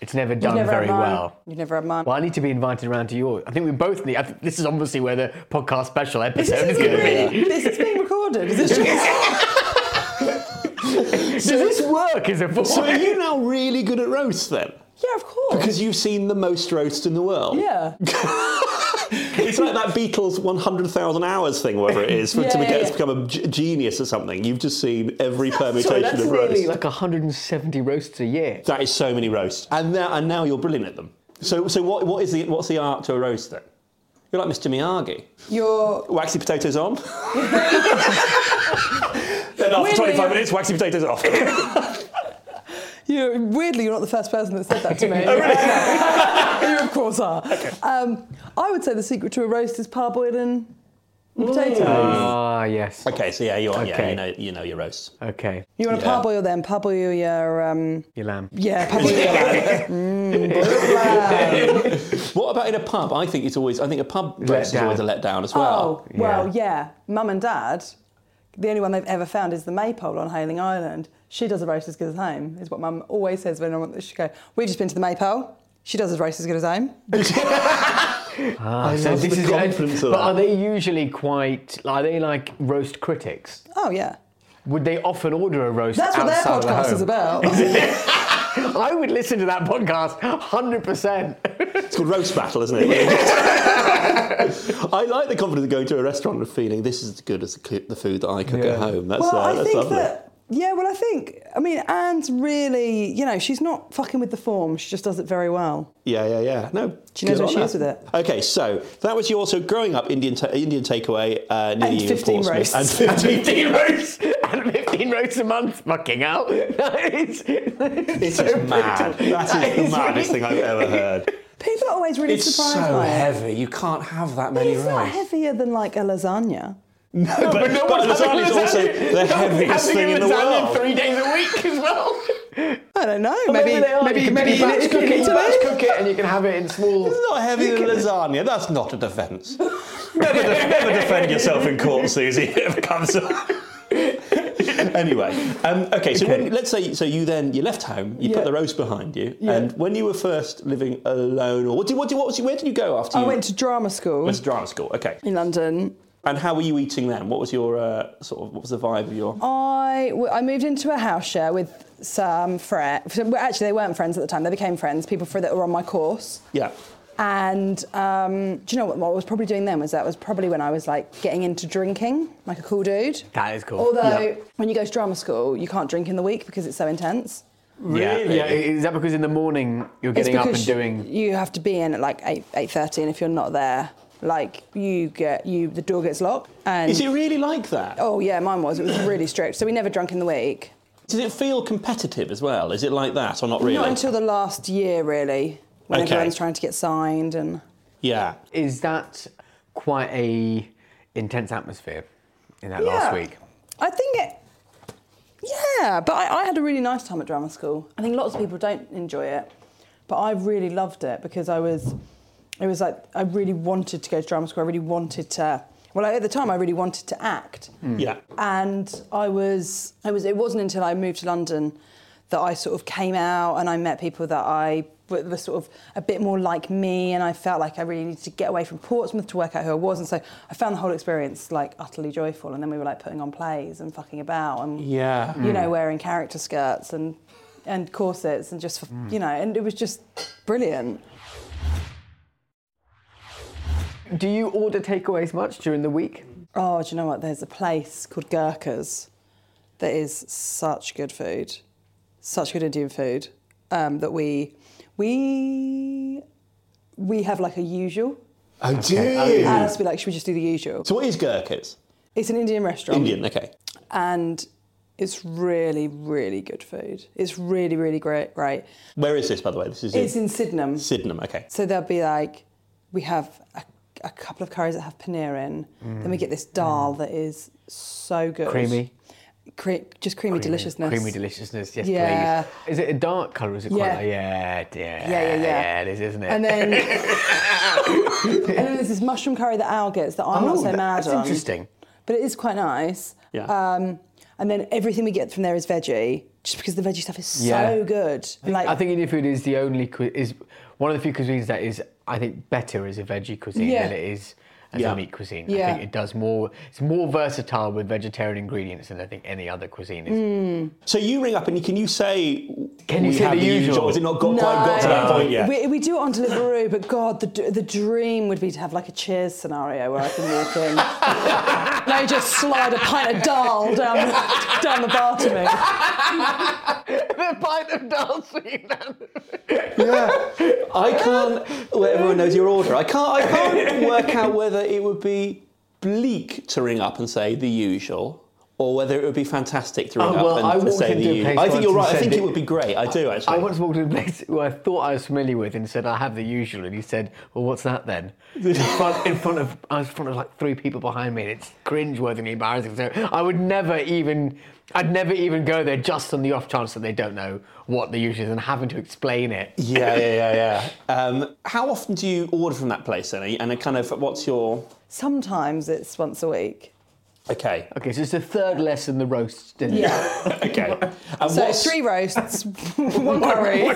[SPEAKER 3] It's never done
[SPEAKER 4] never had
[SPEAKER 3] very
[SPEAKER 4] mine.
[SPEAKER 3] well.
[SPEAKER 4] You've never had mine.
[SPEAKER 3] Well, I need to be invited around to yours. I think we both need. I think this is obviously where the podcast special
[SPEAKER 4] This
[SPEAKER 3] episode
[SPEAKER 4] is
[SPEAKER 3] is
[SPEAKER 4] (laughs)
[SPEAKER 3] going to
[SPEAKER 4] really,
[SPEAKER 3] be.
[SPEAKER 4] this is being recorded. Is (laughs) this just-
[SPEAKER 3] Does this work as a format?
[SPEAKER 1] So are you now really good at roasts then?
[SPEAKER 4] yeah, of course.
[SPEAKER 1] Because you've seen the most roast in the world.
[SPEAKER 4] yeah.
[SPEAKER 1] It's like that Beatles 100,000 hours thing, whatever it is, for to
[SPEAKER 4] Yeah,
[SPEAKER 1] get
[SPEAKER 4] yeah,
[SPEAKER 1] to
[SPEAKER 4] yeah.
[SPEAKER 1] become a g- genius or something. You've just seen every
[SPEAKER 3] Sorry,
[SPEAKER 1] permutation
[SPEAKER 3] that's
[SPEAKER 1] of roast.
[SPEAKER 3] nearly (laughs) like 170 roasts a year.
[SPEAKER 1] that is so many roasts, and now, and now you're brilliant at them. So, so what, what is the what's the art to a roast then? You're like Mr. Miyagi.
[SPEAKER 4] You're
[SPEAKER 1] Waxy potatoes on. then after
[SPEAKER 4] Weirdly,
[SPEAKER 1] 25
[SPEAKER 4] I-
[SPEAKER 1] minutes, waxy potatoes off.
[SPEAKER 4] you weirdly, you're not the first person that said that to (laughs) me. (laughs) you of course are. Um, I would say the secret to a roast is parboiling potatoes.
[SPEAKER 3] Ah, yes.
[SPEAKER 1] okay, so yeah, you're, yeah,
[SPEAKER 3] Okay.
[SPEAKER 1] you know, you know your roast.
[SPEAKER 3] Okay,
[SPEAKER 4] You want to
[SPEAKER 1] Yeah.
[SPEAKER 4] parboil them? Parboil your um,
[SPEAKER 3] your lamb.
[SPEAKER 4] yeah, parboil your lamb.
[SPEAKER 1] What about in a pub? I think it's always. I think a pub roast is
[SPEAKER 3] down.
[SPEAKER 1] always a letdown as well.
[SPEAKER 4] Oh well, yeah. Mum and Dad. The only one they've ever found is the maypole on Hailing Island. She does a roast as good as home, is what Mum always says when I want this. She go, "We've just been to the maypole. She does a roast as good as home."
[SPEAKER 1] (laughs)
[SPEAKER 3] I so
[SPEAKER 1] love the confidence of
[SPEAKER 3] But
[SPEAKER 1] that.
[SPEAKER 3] are they usually quite? Are they like roast critics?
[SPEAKER 4] Oh yeah,
[SPEAKER 3] Would they often order a roast
[SPEAKER 4] that's what their
[SPEAKER 3] outside of
[SPEAKER 4] podcast
[SPEAKER 3] the
[SPEAKER 4] is
[SPEAKER 1] (laughs)
[SPEAKER 3] home?
[SPEAKER 4] about.
[SPEAKER 3] (laughs) I would listen to that podcast 100%.
[SPEAKER 1] It's called roast battle, isn't it? (laughs) I like the confidence of going to a restaurant and feeling this is as good as the coo- the food that I cook at home. That's,
[SPEAKER 4] well,
[SPEAKER 1] uh,
[SPEAKER 4] I
[SPEAKER 1] that's
[SPEAKER 4] think
[SPEAKER 1] lovely.
[SPEAKER 4] that. Yeah, well, I think. I mean, Anne's really, you know, she's not fucking with the form. She just does it very well.
[SPEAKER 1] Yeah, yeah, yeah. No,
[SPEAKER 4] She knows
[SPEAKER 1] good on
[SPEAKER 4] what she
[SPEAKER 1] her.
[SPEAKER 4] is with it.
[SPEAKER 1] Okay, so that was you also growing up Indian ta- Indian takeaway uh, near
[SPEAKER 4] And
[SPEAKER 1] you
[SPEAKER 4] 15
[SPEAKER 1] in Portsmouth
[SPEAKER 4] roasts.
[SPEAKER 1] and 15
[SPEAKER 3] roasts (laughs) and 15 roasts a month. Fucking hell. (laughs) That is,
[SPEAKER 1] This is mad. That is the maddest thing I've ever heard.
[SPEAKER 4] People are always really
[SPEAKER 1] It's
[SPEAKER 4] surprised
[SPEAKER 1] so
[SPEAKER 4] by it.
[SPEAKER 1] heavy. You can't have that many
[SPEAKER 4] It's not
[SPEAKER 1] rows.
[SPEAKER 4] heavier than like a lasagna.
[SPEAKER 1] No, but, but,
[SPEAKER 3] no one's
[SPEAKER 1] lasagna's
[SPEAKER 3] having
[SPEAKER 1] also
[SPEAKER 3] lasagna.
[SPEAKER 1] the
[SPEAKER 3] No one's
[SPEAKER 1] heaviest
[SPEAKER 3] having
[SPEAKER 1] thing
[SPEAKER 3] a
[SPEAKER 1] in the
[SPEAKER 3] lasagna
[SPEAKER 1] world.
[SPEAKER 3] three days a week as well.
[SPEAKER 4] I don't know. Maybe,
[SPEAKER 3] they are.
[SPEAKER 4] maybe,
[SPEAKER 3] You can
[SPEAKER 4] maybe,
[SPEAKER 3] batch
[SPEAKER 4] in (laughs)
[SPEAKER 3] cook it, you can
[SPEAKER 4] Italy?
[SPEAKER 3] batch cook it, and you can have it in small.
[SPEAKER 1] It's not heavier than lasagna. That's not a defence. (laughs) never, def- never defend yourself in court, Susie. (laughs) If it ever comes up. anyway, um, okay. So When, let's say so you then you left home. You put
[SPEAKER 4] Yeah.
[SPEAKER 1] the roast behind you, and when you were first living alone, or what did, what did, what was you, where did you go after
[SPEAKER 4] I
[SPEAKER 1] you
[SPEAKER 4] went to drama school
[SPEAKER 1] went to drama school? Okay,
[SPEAKER 4] in London.
[SPEAKER 1] and how were you eating then? What was your uh, sort of what was the vibe of your?
[SPEAKER 4] I, w- I moved into a house share with some friends. Well, actually, they weren't friends at the time. They became friends, people for, that were on my course.
[SPEAKER 1] Yeah.
[SPEAKER 4] And um, do you know what, what I was probably doing then was that was probably when I was like getting into drinking, like a cool dude.
[SPEAKER 3] That is cool.
[SPEAKER 4] Although
[SPEAKER 3] Yeah.
[SPEAKER 4] when you go to drama school, you can't drink in the week because it's so intense.
[SPEAKER 3] Yeah, yeah. Is that because in the morning you're getting
[SPEAKER 4] it's
[SPEAKER 3] up
[SPEAKER 4] because
[SPEAKER 3] and doing?
[SPEAKER 4] You have to be in at like eight eight thirty, and if you're not there, like you get you the door gets locked. And
[SPEAKER 1] Is it really like that?
[SPEAKER 4] oh yeah, mine was. It was really strict. So we never drank in the week.
[SPEAKER 1] Does it feel competitive as well? Is it like that or not really?
[SPEAKER 4] Not until the last year, really, when
[SPEAKER 1] Okay.
[SPEAKER 4] everyone's trying to get signed and.
[SPEAKER 1] yeah.
[SPEAKER 3] Is that quite a intense atmosphere in that last
[SPEAKER 4] Yeah.
[SPEAKER 3] week?
[SPEAKER 4] I think it. Yeah, but I, I had a really nice time at drama school. I think lots of people don't enjoy it, but I really loved it because I was. It was like I really wanted to go to drama school. I really wanted to. Well, at the time, I really wanted to
[SPEAKER 1] Hmm.
[SPEAKER 4] act,
[SPEAKER 1] Yeah.
[SPEAKER 4] and I was. I was. It wasn't until I moved to London that I sort of came out and I met people that I were were sort of a bit more like me, and I felt like I really needed to get away from Portsmouth to work out who I was, and so I found the whole experience like utterly joyful. And then we were like putting on plays and fucking about, and
[SPEAKER 1] Yeah.
[SPEAKER 4] you know, wearing character skirts and and corsets and just for, you know, and it was just brilliant.
[SPEAKER 3] Do you order takeaways much during the week?
[SPEAKER 4] Oh, do you know what? There's a place called Gurkha's that is such good food, such good Indian food um, that we we we have like a usual.
[SPEAKER 5] Oh, do
[SPEAKER 1] Hmm.
[SPEAKER 4] And I'll be like, should we just do the usual?
[SPEAKER 1] So what is Gurkhas?
[SPEAKER 4] It's an Indian restaurant.
[SPEAKER 1] Indian. Okay.
[SPEAKER 4] And it's really, really good food. It's really, really great, great.
[SPEAKER 1] Where is this, by the way? This is
[SPEAKER 4] It's in Sydenham.
[SPEAKER 1] Sydenham. Okay.
[SPEAKER 4] So they'll be like, we have a, a couple of curries that have paneer in. Then we get this dal that is so good.
[SPEAKER 3] Mm. Creamy.
[SPEAKER 4] Cre- just creamy, deliciousness.
[SPEAKER 3] Creamy deliciousness, yes,
[SPEAKER 4] Yeah.
[SPEAKER 3] please. Is it a dark colour? Is it
[SPEAKER 4] Yeah.
[SPEAKER 3] quite like, yeah, yeah,
[SPEAKER 4] Yeah, yeah, yeah.
[SPEAKER 3] yeah, it is, isn't it?
[SPEAKER 4] And
[SPEAKER 3] (laughs)
[SPEAKER 4] then, and then there's this mushroom curry that Al gets that I'm
[SPEAKER 3] oh,
[SPEAKER 4] not so
[SPEAKER 3] that-
[SPEAKER 4] mad
[SPEAKER 3] that's
[SPEAKER 4] on.
[SPEAKER 3] interesting.
[SPEAKER 4] But it is quite nice.
[SPEAKER 1] Yeah.
[SPEAKER 4] Um, and then everything we get from there is veggie, just because the veggie stuff is
[SPEAKER 3] Yeah.
[SPEAKER 4] so good. Like,
[SPEAKER 3] I think Indian food is the only cu- is one of the few cuisines that is I think better as a veggie cuisine
[SPEAKER 4] Yeah.
[SPEAKER 3] than it is as
[SPEAKER 1] Yeah.
[SPEAKER 3] a meat cuisine. I
[SPEAKER 4] Yeah.
[SPEAKER 3] think it does more. It's more versatile with vegetarian ingredients than I think any other cuisine is.
[SPEAKER 4] Mm.
[SPEAKER 1] So you ring up and you, can you say?
[SPEAKER 3] Can you
[SPEAKER 1] we
[SPEAKER 3] say
[SPEAKER 1] have
[SPEAKER 3] the usual?
[SPEAKER 1] Has it not got quite got to that point yet?
[SPEAKER 4] We, we do it on Deliveroo, but God, the, d- the dream would be to have like a cheers scenario where I can walk in. no, just slide a pint of dal down, down the bar to me.
[SPEAKER 1] (laughs)
[SPEAKER 3] the pint of dal scene.
[SPEAKER 1] (laughs) I can't. Well, everyone knows your order. I can't. I (laughs) can't work out whether it would be bleak to ring up and say the usual. Or whether it would be fantastic to ring
[SPEAKER 3] Oh,
[SPEAKER 1] up
[SPEAKER 3] well,
[SPEAKER 1] and
[SPEAKER 3] I
[SPEAKER 1] and
[SPEAKER 3] walked
[SPEAKER 1] say the
[SPEAKER 3] into a
[SPEAKER 1] usual.
[SPEAKER 3] place
[SPEAKER 1] I think
[SPEAKER 3] once
[SPEAKER 1] you're
[SPEAKER 3] and
[SPEAKER 1] right. I
[SPEAKER 3] said
[SPEAKER 1] think it
[SPEAKER 3] it-
[SPEAKER 1] would be great. I do actually.
[SPEAKER 3] I once walked into a place who I thought I was familiar with and said, I have the usual. And he said, Well, what's that then? In front, in front of, I was in front of like three people behind me, and it's cringeworthily embarrassing. So I would never even, I'd never even go there just on the off chance that they don't know what the usual is and having to explain it.
[SPEAKER 1] yeah, yeah, yeah, yeah. Um, how often do you order from that place, then? And it kind of, what's your
[SPEAKER 4] Sometimes it's once a week.
[SPEAKER 1] okay?
[SPEAKER 3] Okay, so it's the third less than the roast dinner.
[SPEAKER 1] (laughs) Okay. And
[SPEAKER 4] So
[SPEAKER 1] what's- (laughs)
[SPEAKER 4] three roasts, one curry.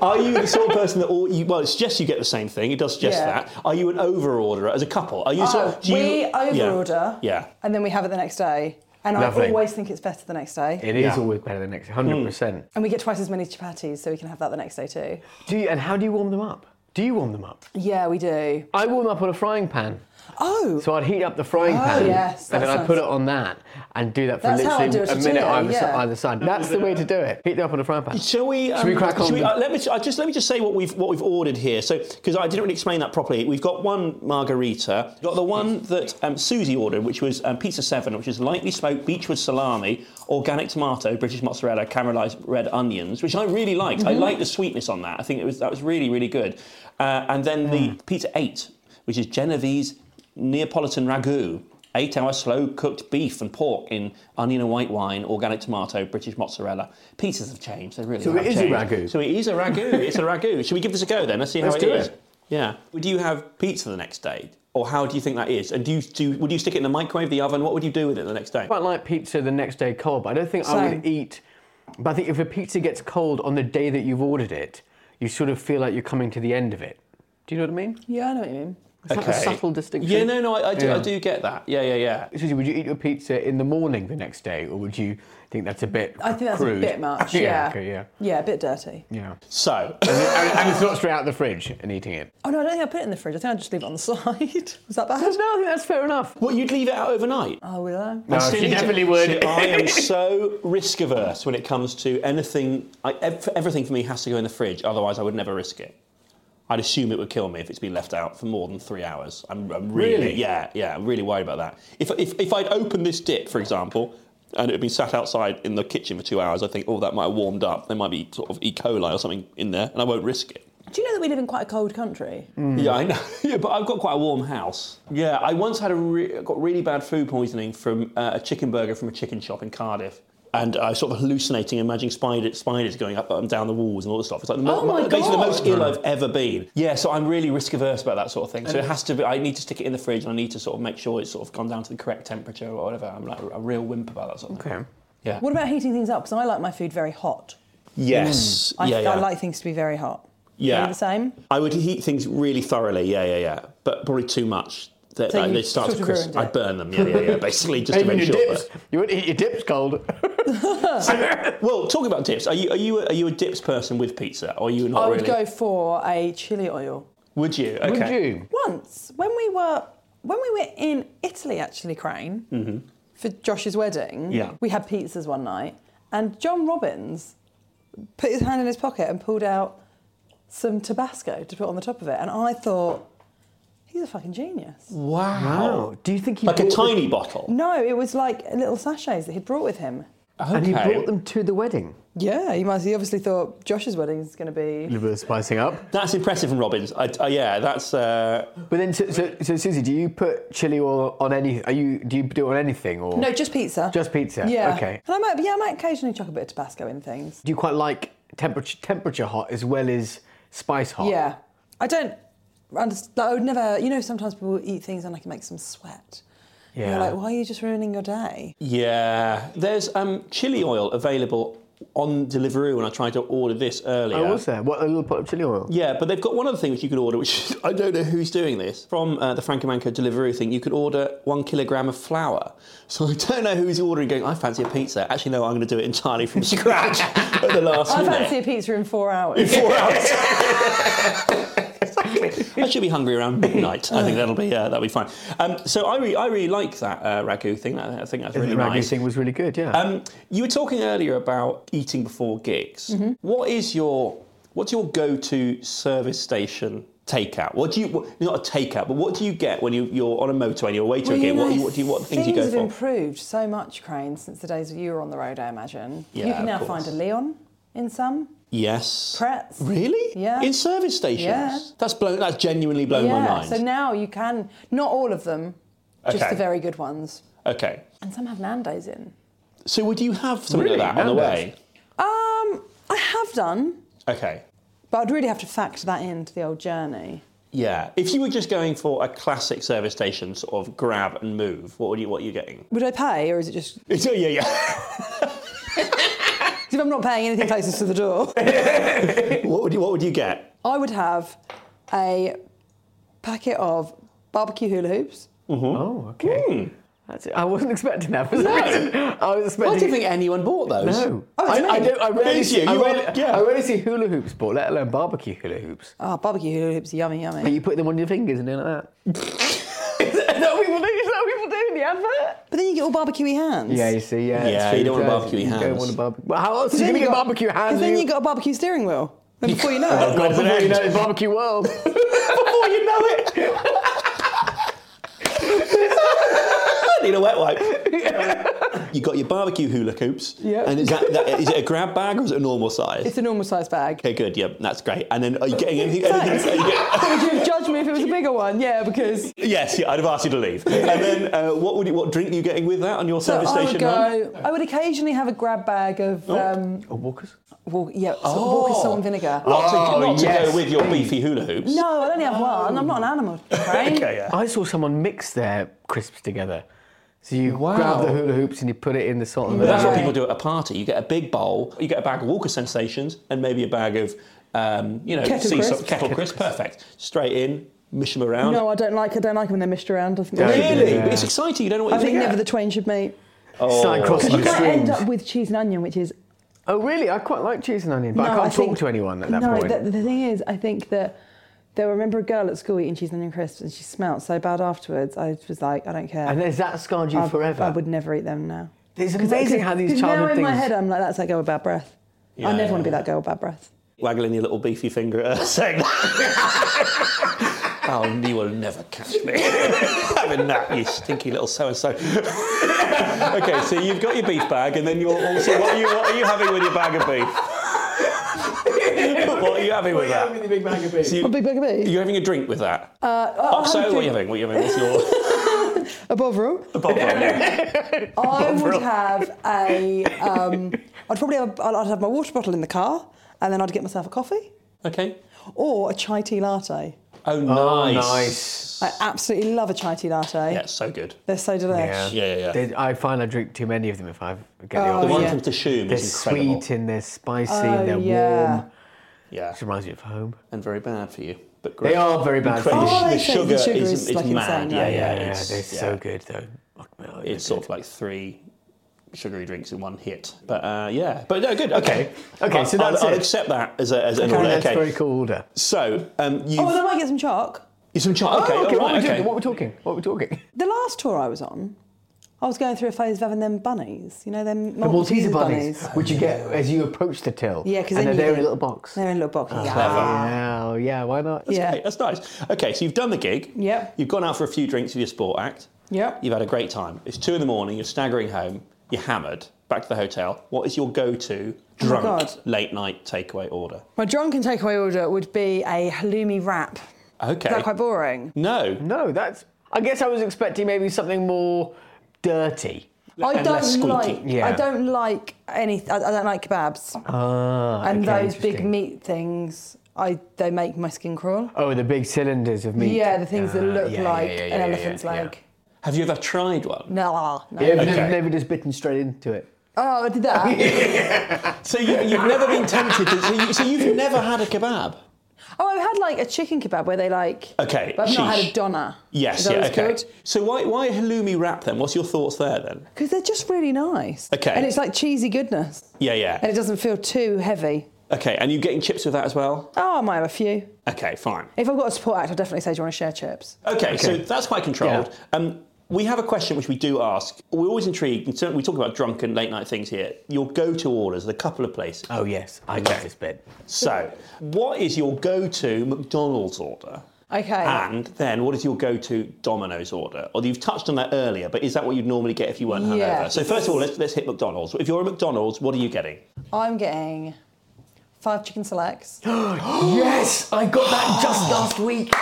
[SPEAKER 1] Are you the sort of person that all you? Well, it suggests you get the same thing. It does suggest
[SPEAKER 4] Yeah.
[SPEAKER 1] that. Are you an over orderer as a couple? Are you sort
[SPEAKER 4] Oh,
[SPEAKER 1] of? do
[SPEAKER 4] we
[SPEAKER 1] you-
[SPEAKER 4] overorder,
[SPEAKER 1] Yeah.
[SPEAKER 4] and then we have it the next day. And I
[SPEAKER 3] Lovely.
[SPEAKER 4] always think it's better the next day.
[SPEAKER 3] It is
[SPEAKER 1] Yeah. Hmm.
[SPEAKER 3] always better than next, 100%.
[SPEAKER 4] And we get twice as many chapatis, so we can have that the next day too.
[SPEAKER 3] Do you, and how do you warm them up? Do you warm them up?
[SPEAKER 4] Yeah, we do.
[SPEAKER 3] I warm up on a frying pan.
[SPEAKER 4] Oh,
[SPEAKER 3] So I'd heat up the frying
[SPEAKER 4] Oh,
[SPEAKER 3] pan,
[SPEAKER 4] yes,
[SPEAKER 3] and
[SPEAKER 4] that
[SPEAKER 3] then I'd put it
[SPEAKER 4] sounds-
[SPEAKER 3] on that and do that for
[SPEAKER 4] That's how I
[SPEAKER 3] literally
[SPEAKER 4] do it
[SPEAKER 3] a
[SPEAKER 4] at
[SPEAKER 3] minute
[SPEAKER 4] dinner,
[SPEAKER 3] either, si-
[SPEAKER 4] yeah.
[SPEAKER 3] either side. That's the way to do it. Heat it up on a frying pan.
[SPEAKER 1] Shall we?
[SPEAKER 3] Shall we crack on
[SPEAKER 1] shall we-
[SPEAKER 3] with-
[SPEAKER 1] uh, let me uh, just let me just say what we've what we've ordered here. So because I didn't really explain that properly, we've got one margarita, we've got the one that um, Susie ordered, which was um, pizza seven, which is lightly smoked beechwood salami, organic tomato, British mozzarella, caramelized red onions, which I really liked.
[SPEAKER 3] Mm-hmm.
[SPEAKER 1] I liked the sweetness on that. I think it was that was really really good. Uh, and then the pizza eight, which is Genovese Neapolitan ragu. eight hour slow cooked beef and pork in onion and white wine, organic tomato, British mozzarella. Pieces have changed, they really
[SPEAKER 3] So
[SPEAKER 1] have
[SPEAKER 3] it is a
[SPEAKER 1] changed.
[SPEAKER 3] ragu.
[SPEAKER 1] So it is a ragu, it's a ragu. Should we give this a go then? Let's see how
[SPEAKER 3] Let's do
[SPEAKER 1] is.
[SPEAKER 3] it.
[SPEAKER 1] Yeah. Would you have pizza the next day? Or how do you think that is? And do you, do, would you stick it in the microwave, the oven? What would you do with it the next day?
[SPEAKER 3] quite like pizza the next day cold, but I don't think I
[SPEAKER 4] Same.
[SPEAKER 3] would eat. But I think if a pizza gets cold on the day that you've ordered it, you sort of feel like you're coming to the end of it. Do you know what I mean?
[SPEAKER 4] Yeah, I know what you mean.
[SPEAKER 3] It's like a subtle distinction.
[SPEAKER 1] Yeah, no, no, I, I, do, I
[SPEAKER 3] Yeah.
[SPEAKER 1] do get that. Yeah, yeah, yeah.
[SPEAKER 3] Susie, would you eat your pizza in the morning the next day, or would you think that's a bit?
[SPEAKER 4] I think that's
[SPEAKER 3] crude?
[SPEAKER 4] a bit much.
[SPEAKER 3] (laughs) yeah.
[SPEAKER 4] Yeah.
[SPEAKER 3] Okay, yeah.
[SPEAKER 4] Yeah, a bit dirty.
[SPEAKER 3] Yeah.
[SPEAKER 1] So, (laughs)
[SPEAKER 3] and, and it's not straight out of the fridge and eating it.
[SPEAKER 4] Oh no, I don't think I put it in the fridge. I think I just leave it on the (laughs) side. Was that bad?
[SPEAKER 3] No, I think that's fair enough.
[SPEAKER 1] what, you'd leave it out overnight?
[SPEAKER 4] Oh, will I?
[SPEAKER 3] No,
[SPEAKER 1] still
[SPEAKER 3] she
[SPEAKER 1] eat it.
[SPEAKER 3] definitely would. (laughs)
[SPEAKER 1] She- I am so risk averse when it comes to anything. I, ev- everything for me has to go in the fridge, otherwise I would never risk it. I'd assume it would kill me if it's been left out for more than three hours. I'm, I'm really,
[SPEAKER 3] Really?
[SPEAKER 1] yeah, yeah, I'm really worried about that. If, if, if I'd opened this dip, for example, and it had been sat outside in the kitchen for two hours, I think, oh, that might have warmed up. There might be sort of E. coli or something in there, and I won't risk it.
[SPEAKER 4] Do you know that we live in quite a cold country?
[SPEAKER 1] Yeah, I know. (laughs) Yeah, but I've got quite a warm house. Yeah, I once had a re- got really bad food poisoning from uh, a chicken burger from a chicken shop in Cardiff. And I was sort of hallucinating, imagining spider, spiders going up and down the walls and all this stuff. It's like the mo-
[SPEAKER 4] Oh my
[SPEAKER 1] basically the
[SPEAKER 4] God.
[SPEAKER 1] most ill I've ever been. Yeah, so I'm really risk averse about that sort of thing. So it has to be. I need to stick it in the fridge, and I need to sort of make sure it's sort of gone down to the correct temperature or whatever. I'm like a, a real wimp about that sort of thing.
[SPEAKER 3] Okay.
[SPEAKER 1] Yeah.
[SPEAKER 4] What about heating things up? Because I like my food very hot.
[SPEAKER 1] Yes.
[SPEAKER 4] I,
[SPEAKER 1] Mm. yeah, yeah.
[SPEAKER 4] I like things to be very hot.
[SPEAKER 1] Yeah.
[SPEAKER 4] Are you the same?
[SPEAKER 1] I would heat things really thoroughly. Yeah, yeah, yeah. But probably too much. They,
[SPEAKER 4] So
[SPEAKER 1] like,
[SPEAKER 4] you
[SPEAKER 1] they start
[SPEAKER 4] sort
[SPEAKER 1] to
[SPEAKER 4] of
[SPEAKER 1] crisp.
[SPEAKER 4] ruined
[SPEAKER 1] I
[SPEAKER 4] it.
[SPEAKER 1] burn them. Yeah, yeah,
[SPEAKER 4] (laughs)
[SPEAKER 1] yeah. Basically, just to
[SPEAKER 3] Even
[SPEAKER 1] make
[SPEAKER 3] your
[SPEAKER 1] sure.
[SPEAKER 3] dips. You wouldn't eat your dips (laughs) cold.
[SPEAKER 1] But- (laughs) well, talking about dips, are you are you a, are you a dips person with pizza, or are you not
[SPEAKER 4] I would
[SPEAKER 1] really?
[SPEAKER 4] go for a chili oil.
[SPEAKER 1] Would you? Okay.
[SPEAKER 3] Would you?
[SPEAKER 4] Once, when we were when we were in Italy, actually, Crane, for Josh's wedding,
[SPEAKER 1] Yeah.
[SPEAKER 4] we had pizzas one night, and John Robbins put his hand in his pocket and pulled out some Tabasco to put on the top of it, and I thought. He's a fucking genius.
[SPEAKER 3] Wow. Do you think he
[SPEAKER 1] Like a
[SPEAKER 3] brought them-
[SPEAKER 1] tiny bottle.
[SPEAKER 4] No, it was like little sachets that he'd brought with him.
[SPEAKER 3] And he brought them to the wedding.
[SPEAKER 4] Yeah, he must. He obviously thought Josh's wedding is going to be
[SPEAKER 3] A little bit of spicing up.
[SPEAKER 1] That's impressive from Robbins. I, I, yeah, that's. Uh,
[SPEAKER 3] But then, so, so, so Susie, do you put chili oil on any? Are you do you do it on anything or
[SPEAKER 4] No, just pizza.
[SPEAKER 3] Just pizza.
[SPEAKER 4] Yeah.
[SPEAKER 3] Okay.
[SPEAKER 4] And I might, yeah, I might occasionally chuck a bit of Tabasco in things.
[SPEAKER 3] Do you quite like temperature temperature hot as well as spice
[SPEAKER 1] Oh.
[SPEAKER 3] hot?
[SPEAKER 4] Yeah. I don't understand. I would never. You know, sometimes people eat things and I can make them sweat. And
[SPEAKER 3] Yeah.
[SPEAKER 4] You're like, why are you just ruining your
[SPEAKER 1] (laughs)
[SPEAKER 4] day?
[SPEAKER 1] yeah. There's um, chili oil available on Deliveroo, and I tried to order this earlier.
[SPEAKER 3] Oh, was there? What a little pot of chili oil.
[SPEAKER 1] Yeah, but they've got one other thing which you could order, which (laughs) I don't know who's doing this. From uh, the Franco Manco Deliveroo thing, you could order one kilogram of flour. (laughs) So I don't know who's ordering, going, I fancy a pizza. Actually, no, I'm going to do it entirely
[SPEAKER 4] (laughs)
[SPEAKER 1] from scratch at the last
[SPEAKER 4] I
[SPEAKER 1] minute.
[SPEAKER 4] fancy a pizza in four
[SPEAKER 1] (laughs)
[SPEAKER 4] hours. (laughs)
[SPEAKER 1] Four hours. I should be hungry around midnight. I think that'll be uh, that'll be fine. Um, so I, re- I really like that uh, ragu thing. I, I think that's really
[SPEAKER 3] the ragu
[SPEAKER 1] nice.
[SPEAKER 3] thing was really good. Yeah.
[SPEAKER 1] Um, you were talking earlier about eating before gigs.
[SPEAKER 4] Mm-hmm.
[SPEAKER 1] What is your what's your go-to service station takeout? What do you what, not a takeout, but what do you get when you, you're on a motorway and you're away to
[SPEAKER 4] Well,
[SPEAKER 1] a
[SPEAKER 4] you
[SPEAKER 1] gig? what,
[SPEAKER 4] know,
[SPEAKER 1] what do you what things, you
[SPEAKER 4] have
[SPEAKER 1] go for?
[SPEAKER 4] improved so much, Crane, since the days you were on the road. I imagine you
[SPEAKER 1] Yeah,
[SPEAKER 4] can
[SPEAKER 1] of
[SPEAKER 4] now
[SPEAKER 1] course.
[SPEAKER 4] find a Leon in some
[SPEAKER 1] Yes.
[SPEAKER 4] Pretz.
[SPEAKER 1] Really?
[SPEAKER 4] Yeah.
[SPEAKER 1] In service stations.
[SPEAKER 4] Yeah.
[SPEAKER 1] That's blown. That's genuinely blown my
[SPEAKER 4] yeah.
[SPEAKER 1] mind.
[SPEAKER 4] So now you can not all of them, just
[SPEAKER 1] Okay.
[SPEAKER 4] the very good ones,
[SPEAKER 1] okay.
[SPEAKER 4] and some have Nando's in.
[SPEAKER 1] So would you have something
[SPEAKER 3] Really?
[SPEAKER 1] like that on the
[SPEAKER 3] Nando's?
[SPEAKER 1] way?
[SPEAKER 4] Um, I have done,
[SPEAKER 1] Okay.
[SPEAKER 4] but I'd really have to factor that into the old journey.
[SPEAKER 1] Yeah. If you were just going for a classic service station sort of grab and move, what would you what are you getting? (laughs)
[SPEAKER 4] Would I pay, or is it just
[SPEAKER 1] yeah, yeah, yeah.
[SPEAKER 4] 'cause if I'm not paying anything closest to the
[SPEAKER 1] (laughs)
[SPEAKER 4] door?
[SPEAKER 1] what would you what would you get?
[SPEAKER 4] I would have a packet of barbecue hula hoops.
[SPEAKER 3] oh, okay. That's it. I wasn't expecting that (laughs) for some reason. I was expecting.
[SPEAKER 1] I don't think anyone bought those. (laughs)
[SPEAKER 3] No.
[SPEAKER 4] Oh, it's
[SPEAKER 3] I, I
[SPEAKER 4] me.
[SPEAKER 3] don't. I rarely
[SPEAKER 1] It's
[SPEAKER 3] see.
[SPEAKER 1] you,
[SPEAKER 3] I,
[SPEAKER 1] you
[SPEAKER 3] rarely,
[SPEAKER 1] are- yeah.
[SPEAKER 3] I rarely see hula hoops bought, let alone barbecue hula hoops.
[SPEAKER 4] Ah, barbecue hula hoops, are yummy, yummy.
[SPEAKER 3] But you put them on your fingers and do like that. is that what people do? Is that what people do in the advert?
[SPEAKER 4] But then you get all barbecuey hands.
[SPEAKER 3] Yeah, you see, yeah.
[SPEAKER 1] Yeah,
[SPEAKER 3] it's
[SPEAKER 1] you don't
[SPEAKER 3] true,
[SPEAKER 1] want a
[SPEAKER 3] guys.
[SPEAKER 1] barbecue
[SPEAKER 3] You
[SPEAKER 1] hands.
[SPEAKER 3] don't want a barbecue. Well, how else are you
[SPEAKER 4] Then
[SPEAKER 3] going to
[SPEAKER 4] you
[SPEAKER 3] get
[SPEAKER 4] got-
[SPEAKER 3] barbecue hands?
[SPEAKER 4] 'cause Then
[SPEAKER 3] you-
[SPEAKER 4] you got a barbecue steering wheel. And before you know it,
[SPEAKER 3] God,
[SPEAKER 1] Before
[SPEAKER 3] before
[SPEAKER 1] you
[SPEAKER 3] you
[SPEAKER 1] know
[SPEAKER 3] know it's barbecue world.
[SPEAKER 1] Before you know it. need a wet wipe. you got your barbecue hula hoops.
[SPEAKER 4] Yeah.
[SPEAKER 1] And is that, that is it a grab bag or is it a normal size?
[SPEAKER 4] It's a normal size bag.
[SPEAKER 1] okay, (laughs) good. Yeah, that's great. And then are you getting anything? (laughs)
[SPEAKER 4] Thanks.
[SPEAKER 1] anything are you get-
[SPEAKER 4] Would you have judged me if it was a bigger one? Yeah, because
[SPEAKER 1] yes, yeah, I'd have asked you to leave. And then uh, what would you, what drink are you getting with that on your
[SPEAKER 4] so
[SPEAKER 1] (laughs) service
[SPEAKER 4] I would
[SPEAKER 1] station? Oh.
[SPEAKER 4] go.
[SPEAKER 1] hun?
[SPEAKER 4] I would occasionally have a grab bag of um,
[SPEAKER 3] Or Oh, Walkers?
[SPEAKER 4] well, yeah, oh. Walker salt and vinegar.
[SPEAKER 1] Not to, not Oh, to
[SPEAKER 3] yes,
[SPEAKER 1] go with your beefy hula hoops.
[SPEAKER 4] No, I only have one. I'm not an animal,
[SPEAKER 1] (laughs)
[SPEAKER 4] right?
[SPEAKER 1] Okay, yeah.
[SPEAKER 3] I saw someone mix their crisps together. So you grab the hula hoops and you put it in the salt and
[SPEAKER 1] But that's
[SPEAKER 3] vinegar.
[SPEAKER 1] what people do at a party. You get a big bowl, you get a bag of Walker Sensations, and maybe a bag of, um, you know,
[SPEAKER 4] Kettle
[SPEAKER 1] sea
[SPEAKER 4] crisps.
[SPEAKER 1] salt- kettle crisp. Perfect. Straight in, mish them around.
[SPEAKER 4] No, I don't like. I don't like when they're mished around. I think
[SPEAKER 1] really,
[SPEAKER 3] Yeah.
[SPEAKER 1] but it's exciting. You don't know what
[SPEAKER 4] I
[SPEAKER 1] you're
[SPEAKER 4] think
[SPEAKER 1] gonna
[SPEAKER 4] never the
[SPEAKER 1] get.
[SPEAKER 4] twain should meet.
[SPEAKER 3] Side cross
[SPEAKER 4] You
[SPEAKER 3] with
[SPEAKER 4] might end
[SPEAKER 3] strings.
[SPEAKER 4] up with cheese and onion, which is
[SPEAKER 3] Oh, really? I quite like cheese and onion, but I
[SPEAKER 4] No,
[SPEAKER 3] can't talk
[SPEAKER 4] think-
[SPEAKER 3] to anyone at that
[SPEAKER 4] no,
[SPEAKER 3] point.
[SPEAKER 4] the, the thing is, I think that there. I remember a girl at school eating cheese and onion crisps, and she smelled so bad afterwards. I was like, I don't care.
[SPEAKER 3] and has that scarred you
[SPEAKER 4] I,
[SPEAKER 3] forever?
[SPEAKER 4] I would never eat them now.
[SPEAKER 3] It's amazing how these
[SPEAKER 4] 'Cause now
[SPEAKER 3] childhood
[SPEAKER 4] in
[SPEAKER 3] things.
[SPEAKER 4] my head, I'm like, that's that girl with bad breath. I never want to be that girl with bad breath.
[SPEAKER 1] Waggling your little beefy finger at her,
[SPEAKER 4] (laughs)
[SPEAKER 1] saying, "Oh, you will never catch me (laughs) having that, you stinky little so and so." (laughs) Okay, so you've got your beef bag, and then you're also what are you what are you having with your bag of beef? (laughs) what are you having with that?
[SPEAKER 2] big bag of beef.
[SPEAKER 1] So you-
[SPEAKER 4] A big bag of beef?
[SPEAKER 1] You're having a drink with that.
[SPEAKER 4] Uh, I-
[SPEAKER 1] Oh,
[SPEAKER 4] I
[SPEAKER 1] so
[SPEAKER 4] had a
[SPEAKER 1] what are you having?
[SPEAKER 4] drink-
[SPEAKER 1] What are you
[SPEAKER 4] (laughs)
[SPEAKER 1] having? What's your
[SPEAKER 4] A Bovril. I would have
[SPEAKER 3] (laughs)
[SPEAKER 4] a. Um, I'd probably have. I'd I'd have my water bottle in the car, and then I'd get myself a coffee
[SPEAKER 1] Okay.
[SPEAKER 4] or a chai tea latte.
[SPEAKER 1] Oh,
[SPEAKER 3] Oh,
[SPEAKER 1] nice.
[SPEAKER 3] nice.
[SPEAKER 4] I absolutely love a chai tea latte.
[SPEAKER 1] Yeah, it's so good.
[SPEAKER 4] They're so
[SPEAKER 3] Yeah.
[SPEAKER 1] Yeah,
[SPEAKER 4] delish.
[SPEAKER 1] yeah, yeah.
[SPEAKER 3] They- I find I drink too many of them if I get
[SPEAKER 4] Oh,
[SPEAKER 3] the
[SPEAKER 1] The
[SPEAKER 3] old
[SPEAKER 1] one
[SPEAKER 4] yeah.
[SPEAKER 1] from Tashoom
[SPEAKER 3] They're
[SPEAKER 1] is incredible.
[SPEAKER 3] sweet and they're spicy
[SPEAKER 4] Oh,
[SPEAKER 3] and they're
[SPEAKER 4] yeah.
[SPEAKER 3] warm.
[SPEAKER 1] Yeah,
[SPEAKER 3] It reminds me of home.
[SPEAKER 1] and very bad for you, but great.
[SPEAKER 3] They are very bad for
[SPEAKER 1] Incredible.
[SPEAKER 3] you.
[SPEAKER 4] Oh,
[SPEAKER 1] the,
[SPEAKER 4] they say the
[SPEAKER 1] sugar
[SPEAKER 4] sugar
[SPEAKER 1] is,
[SPEAKER 4] is,
[SPEAKER 1] is
[SPEAKER 4] like,
[SPEAKER 1] mad.
[SPEAKER 4] insane,
[SPEAKER 1] Yeah, yeah,
[SPEAKER 4] yeah.
[SPEAKER 1] yeah.
[SPEAKER 3] Yeah,
[SPEAKER 1] it's,
[SPEAKER 3] they're
[SPEAKER 1] yeah.
[SPEAKER 3] so good though. Oh, no, they're
[SPEAKER 1] It's sort of like three sugary drinks in one hit. But uh, yeah, but no, good. Okay,
[SPEAKER 3] Okay,
[SPEAKER 1] I'll-
[SPEAKER 3] so that's
[SPEAKER 1] I'll, I'll
[SPEAKER 3] it.
[SPEAKER 1] accept that as, a, as an
[SPEAKER 3] good.
[SPEAKER 1] order.
[SPEAKER 3] That's
[SPEAKER 1] okay,
[SPEAKER 3] very cool order.
[SPEAKER 1] so um, you
[SPEAKER 4] Oh, and I might get some chalk.
[SPEAKER 1] some chocolate. Okay,
[SPEAKER 3] Oh, okay,
[SPEAKER 1] all
[SPEAKER 3] what,
[SPEAKER 1] right,
[SPEAKER 3] we
[SPEAKER 1] okay.
[SPEAKER 3] doing? what are we talking? What are we talking?
[SPEAKER 4] The last tour I was on, I was going through a phase of having them bunnies. You know, them
[SPEAKER 3] The Malteser
[SPEAKER 4] Malteser
[SPEAKER 3] bunnies, which you get as you approach the till.
[SPEAKER 4] Yeah, because
[SPEAKER 3] and
[SPEAKER 4] then
[SPEAKER 3] they're
[SPEAKER 4] you
[SPEAKER 3] in a little box. Oh,
[SPEAKER 4] They're in a little box. yeah.
[SPEAKER 3] Yeah, oh, yeah, why not?
[SPEAKER 4] Yeah.
[SPEAKER 1] Great, that's nice. Okay, so you've done the gig.
[SPEAKER 4] Yep.
[SPEAKER 1] You've gone out for a few drinks with your sport act.
[SPEAKER 4] Yep.
[SPEAKER 1] You've had a great time. It's two in the morning. You're staggering home. You're hammered. Back to the hotel. What is your go-to
[SPEAKER 4] Oh my
[SPEAKER 1] drunk
[SPEAKER 4] God.
[SPEAKER 1] late night takeaway order?
[SPEAKER 4] My drunken takeaway order would be a halloumi wrap.
[SPEAKER 1] Okay.
[SPEAKER 4] Is that quite boring?
[SPEAKER 1] no.
[SPEAKER 3] No, that's. I guess I was expecting maybe something more dirty.
[SPEAKER 4] I
[SPEAKER 1] And less
[SPEAKER 4] don't
[SPEAKER 1] squeaky.
[SPEAKER 4] like.
[SPEAKER 3] Yeah.
[SPEAKER 4] I don't like any. I, I don't like kebabs
[SPEAKER 3] Ah,
[SPEAKER 4] and
[SPEAKER 3] okay,
[SPEAKER 4] those big
[SPEAKER 3] interesting.
[SPEAKER 4] meat things. I they make my skin crawl.
[SPEAKER 3] Oh, the big cylinders of meat.
[SPEAKER 4] Yeah, the things that
[SPEAKER 3] Ah,
[SPEAKER 4] look
[SPEAKER 3] yeah, yeah,
[SPEAKER 4] like
[SPEAKER 3] yeah, yeah,
[SPEAKER 4] an
[SPEAKER 3] yeah,
[SPEAKER 4] elephant's
[SPEAKER 3] yeah, yeah.
[SPEAKER 4] leg.
[SPEAKER 1] Have you ever tried one?
[SPEAKER 4] No, no.
[SPEAKER 3] Yeah, but
[SPEAKER 1] Okay.
[SPEAKER 3] they've never just bitten straight into it.
[SPEAKER 4] Oh, I did
[SPEAKER 3] (laughs)
[SPEAKER 4] that.
[SPEAKER 1] So you, you've never been tempted to. So, you, so you've never had a kebab.
[SPEAKER 4] oh, I've had like a chicken kebab where they like.
[SPEAKER 1] Okay,
[SPEAKER 4] But I've not had
[SPEAKER 1] sheesh.
[SPEAKER 4] a doner.
[SPEAKER 1] Yes.
[SPEAKER 4] Is that
[SPEAKER 1] Yeah.
[SPEAKER 4] what's
[SPEAKER 1] Okay.
[SPEAKER 4] good?
[SPEAKER 1] So why why halloumi wrap then? What's your thoughts there then?
[SPEAKER 4] Because they're just really nice.
[SPEAKER 1] Okay.
[SPEAKER 4] And it's like cheesy goodness.
[SPEAKER 1] Yeah.
[SPEAKER 4] And
[SPEAKER 1] Yeah.
[SPEAKER 4] it doesn't feel too heavy.
[SPEAKER 1] Okay. And you getting chips with that as well?
[SPEAKER 4] Oh, I might have a few.
[SPEAKER 1] Okay. Fine.
[SPEAKER 4] If I've got a support act, I'll definitely say, do you want to share chips?
[SPEAKER 1] Okay, so that's quite controlled. Um, we have a question which we do ask. We're always intrigued. And certainly we talk about drunk and late night things here. Your go to orders, there's a couple of places.
[SPEAKER 3] Oh, yes, I (gasps)
[SPEAKER 1] Okay.
[SPEAKER 3] love this bit.
[SPEAKER 1] So, what is your go to McDonald's order?
[SPEAKER 4] Okay.
[SPEAKER 1] And then, what is your go to Domino's order? Although you've touched on that earlier, but is that what you'd normally get if you weren't hungover?
[SPEAKER 4] Yes.
[SPEAKER 1] So, first of all, let's, let's hit McDonald's. If you're at McDonald's, what are you getting?
[SPEAKER 4] I'm getting five chicken selects.
[SPEAKER 3] yes, I got (gasps) that just last week.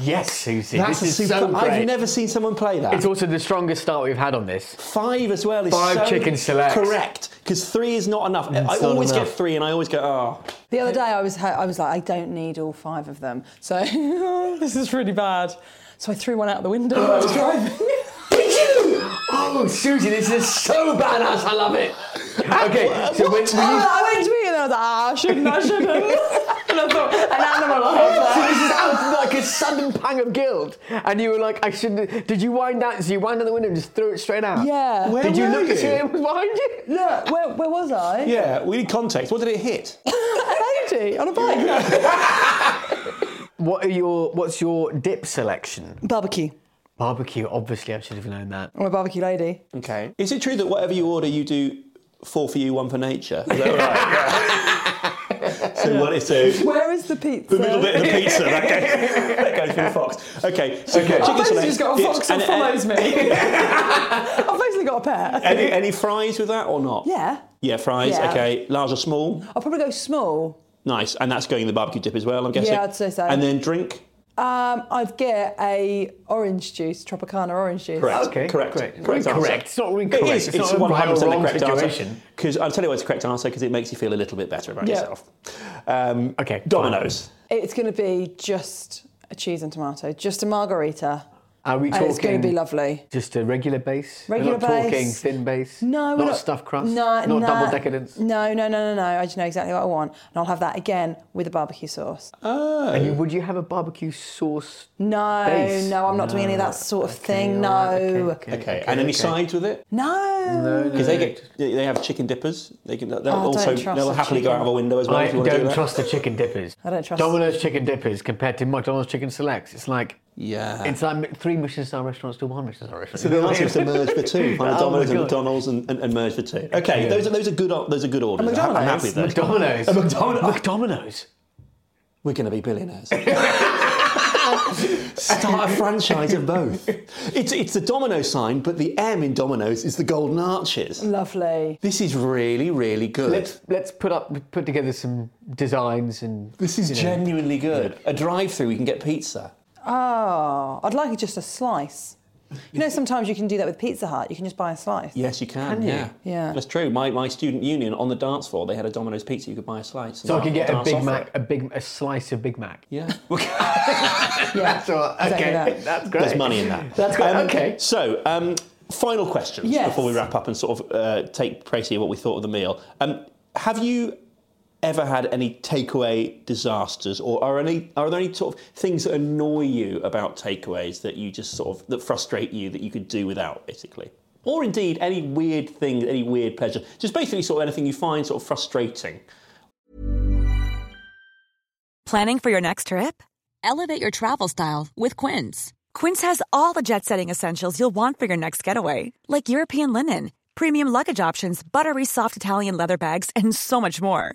[SPEAKER 3] Yes, Susie, this is so great.
[SPEAKER 1] I've never seen someone play that.
[SPEAKER 3] It's also the strongest start we've had on this.
[SPEAKER 1] Five as well is
[SPEAKER 3] Five
[SPEAKER 1] so
[SPEAKER 3] chicken selects.
[SPEAKER 1] Correct, because three is not enough. I
[SPEAKER 3] not
[SPEAKER 1] always
[SPEAKER 3] enough.
[SPEAKER 1] get three, and I always go, oh,
[SPEAKER 4] The other day, I was ha- I was like, I don't need all five of them. So (laughs) this is really bad. So I threw one out the window. when I was
[SPEAKER 1] (laughs)
[SPEAKER 4] driving.
[SPEAKER 3] Oh, Susie, this is so badass. I love it. Okay, so when, when
[SPEAKER 4] (laughs)
[SPEAKER 3] you.
[SPEAKER 4] I went to eat and I was like, ah, I shouldn't, I
[SPEAKER 1] (laughs)
[SPEAKER 4] shouldn't. and I thought, an animal over
[SPEAKER 3] So this is out like a sudden pang of guilt, and you were like, "I shouldn't." Did you wind out? So you wind out the window and just threw it straight out.
[SPEAKER 4] Yeah. Where
[SPEAKER 3] did you
[SPEAKER 1] were
[SPEAKER 3] look
[SPEAKER 1] you?
[SPEAKER 3] at it? It was behind you.
[SPEAKER 4] Look, where, where was I?
[SPEAKER 1] Yeah, we need context. What did it
[SPEAKER 4] (laughs)
[SPEAKER 1] hit?
[SPEAKER 4] An lady on a bike. No.
[SPEAKER 3] What are your? What's your dip selection?
[SPEAKER 4] Barbecue.
[SPEAKER 3] Barbecue. Obviously, I should have known that.
[SPEAKER 4] I'm a barbecue lady.
[SPEAKER 1] Okay. Is it true that whatever you order, you do (laughs)
[SPEAKER 4] (laughs)
[SPEAKER 1] four for you, one for nature? Is that right? so what is so?
[SPEAKER 4] Where is the pizza.
[SPEAKER 1] The middle bit of the pizza. That goes, that goes for the fox. Okay. So
[SPEAKER 3] Okay.
[SPEAKER 1] chicken
[SPEAKER 3] I've
[SPEAKER 4] basically
[SPEAKER 1] fillet,
[SPEAKER 4] just got a
[SPEAKER 1] it's-
[SPEAKER 4] fox who
[SPEAKER 1] and-
[SPEAKER 4] follows me.
[SPEAKER 1] and-
[SPEAKER 4] I've basically got a
[SPEAKER 1] (laughs)
[SPEAKER 4] pet.
[SPEAKER 3] (laughs)
[SPEAKER 1] Any, any fries with that or not?
[SPEAKER 4] Yeah.
[SPEAKER 1] Yeah, fries.
[SPEAKER 4] Yeah.
[SPEAKER 1] Okay. Large or small?
[SPEAKER 4] I'll probably go small.
[SPEAKER 1] Nice. And that's going in the barbecue dip as well, I'm guessing.
[SPEAKER 4] Yeah, I'd say so.
[SPEAKER 1] And then drink?
[SPEAKER 4] Um, I'd get a orange juice, Tropicana orange juice.
[SPEAKER 1] Correct.
[SPEAKER 3] Okay,
[SPEAKER 1] Uh, Correct.
[SPEAKER 3] great.
[SPEAKER 1] Correct.
[SPEAKER 3] Incorrect.
[SPEAKER 1] Answer.
[SPEAKER 3] It's not incorrect.
[SPEAKER 1] It is.
[SPEAKER 3] It's
[SPEAKER 1] It's,
[SPEAKER 3] not a
[SPEAKER 1] 100%
[SPEAKER 3] right or
[SPEAKER 1] the
[SPEAKER 3] wrong
[SPEAKER 1] correct answer.
[SPEAKER 3] situation.
[SPEAKER 1] Because I'll tell you why it's the correct answer because it makes you feel a little bit better about
[SPEAKER 4] Yeah.
[SPEAKER 1] yourself. Um,
[SPEAKER 3] Okay, fine.
[SPEAKER 1] Dominoes.
[SPEAKER 4] It's going to be just a cheese and tomato, just a margarita.
[SPEAKER 3] Are
[SPEAKER 4] And
[SPEAKER 3] we talking?
[SPEAKER 4] Oh, it's going to be lovely.
[SPEAKER 3] Just a regular base.
[SPEAKER 4] Regular
[SPEAKER 3] we're not talking
[SPEAKER 4] base.
[SPEAKER 3] thin base.
[SPEAKER 4] No,
[SPEAKER 3] not
[SPEAKER 4] we're
[SPEAKER 3] a stuffed crust.
[SPEAKER 4] No,
[SPEAKER 3] not
[SPEAKER 4] no,
[SPEAKER 3] double decadence.
[SPEAKER 4] No, no, no, no, no. I just know exactly what I want, and I'll have that again with a barbecue sauce.
[SPEAKER 3] And you, would you have a barbecue sauce?
[SPEAKER 4] No,
[SPEAKER 3] Base.
[SPEAKER 4] no, I'm not doing any of that sort of thing. No,
[SPEAKER 3] all right, okay,
[SPEAKER 1] Okay. and any sides with it?
[SPEAKER 4] no.
[SPEAKER 1] Because they get they have chicken dippers. They can. They'll
[SPEAKER 4] I don't
[SPEAKER 1] also
[SPEAKER 4] trust
[SPEAKER 1] they'll
[SPEAKER 4] the
[SPEAKER 1] happily go out
[SPEAKER 4] chicken.
[SPEAKER 1] of a window as well.
[SPEAKER 3] I
[SPEAKER 1] if you want to do
[SPEAKER 3] don't
[SPEAKER 1] that.
[SPEAKER 3] trust the chicken dippers. I
[SPEAKER 4] don't trust-
[SPEAKER 3] Domino's chicken dippers compared to McDonald's chicken selects. It's like
[SPEAKER 1] Yeah.
[SPEAKER 3] it's like three Michelin star restaurants to one Michelin star restaurant.
[SPEAKER 1] So the answer is to merge the two. Find a
[SPEAKER 3] Oh
[SPEAKER 1] Domino's
[SPEAKER 3] my
[SPEAKER 1] and
[SPEAKER 3] God.
[SPEAKER 1] McDonald's and, and, and merge the two. Okay, those are those are good o- those are good orders. I'm
[SPEAKER 4] McDonald's?
[SPEAKER 1] happy with those.
[SPEAKER 3] McDonald's.
[SPEAKER 1] A McDonald's.
[SPEAKER 3] McDonald's.
[SPEAKER 1] We're going to be (laughs) billionaires. Start a franchise of both. It's it's the Domino sign, but the M in Domino's is the golden arches.
[SPEAKER 4] Lovely.
[SPEAKER 1] This is really really good.
[SPEAKER 3] Let's let's put up put together some designs and
[SPEAKER 1] this is genuinely good. A drive-through, we can get pizza.
[SPEAKER 4] Oh, I'd like just a slice. You know, sometimes you can do that with Pizza Hut. You can just buy a
[SPEAKER 1] (laughs)
[SPEAKER 4] slice.
[SPEAKER 1] Yes, you can.
[SPEAKER 3] Can you?
[SPEAKER 1] Yeah.
[SPEAKER 4] Yeah.
[SPEAKER 1] That's true. My, my student union on the dance floor, they had a Domino's pizza. You could buy a slice.
[SPEAKER 3] so I could get a
[SPEAKER 1] Dance
[SPEAKER 3] Big
[SPEAKER 1] off
[SPEAKER 3] Mac,
[SPEAKER 1] it.
[SPEAKER 3] a big a slice of Big Mac.
[SPEAKER 1] (laughs) Yeah.
[SPEAKER 4] Yeah.
[SPEAKER 3] So uh,
[SPEAKER 4] Exactly
[SPEAKER 3] okay,
[SPEAKER 4] that.
[SPEAKER 3] that's great.
[SPEAKER 1] There's money in that.
[SPEAKER 3] That's great.
[SPEAKER 1] Um,
[SPEAKER 3] okay.
[SPEAKER 1] So, um, final questions
[SPEAKER 4] Yes.
[SPEAKER 1] before we wrap up and sort of uh, take Tracy what we thought of the meal. Um, have you ever had any takeaway disasters, or are any are there any sort of things that annoy you about takeaways that you just sort of that frustrate you that you could do without, basically? Or indeed, any weird thing, any weird pleasure, just basically sort of anything you find sort of frustrating.
[SPEAKER 5] Planning for your next trip? Elevate your travel style with Quince. Quince has all the jet setting essentials you'll want for your next getaway, like European linen, premium luggage options, buttery soft Italian leather bags, and so much more.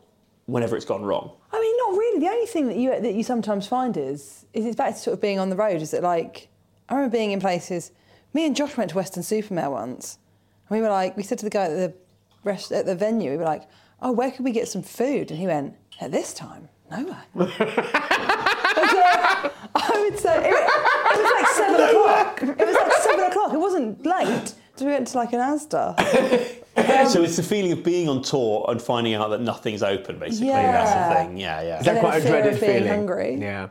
[SPEAKER 1] whenever it's gone wrong.
[SPEAKER 4] I mean, not really. The only thing that you that you sometimes find is is it's back to sort of being on the road. Is that like I remember being in places. Me and Josh went to Western Supermare once, and we were like, we said to the guy at the rest at the venue, we were like, oh, where could we get some food? And he went, at this time, nowhere. And so, I would say it, it was like seven o'clock. It was like seven o'clock. It wasn't late. So we went to like an Asda.
[SPEAKER 1] so it's the feeling of being on tour and finding out that nothing's open, basically. That's
[SPEAKER 4] Yeah.
[SPEAKER 1] the thing. Yeah, yeah.
[SPEAKER 3] Is that
[SPEAKER 4] then
[SPEAKER 3] quite
[SPEAKER 4] the
[SPEAKER 3] a
[SPEAKER 4] fear of
[SPEAKER 3] dreaded
[SPEAKER 4] being
[SPEAKER 3] feeling?
[SPEAKER 4] hungry.
[SPEAKER 3] (laughs) Yeah.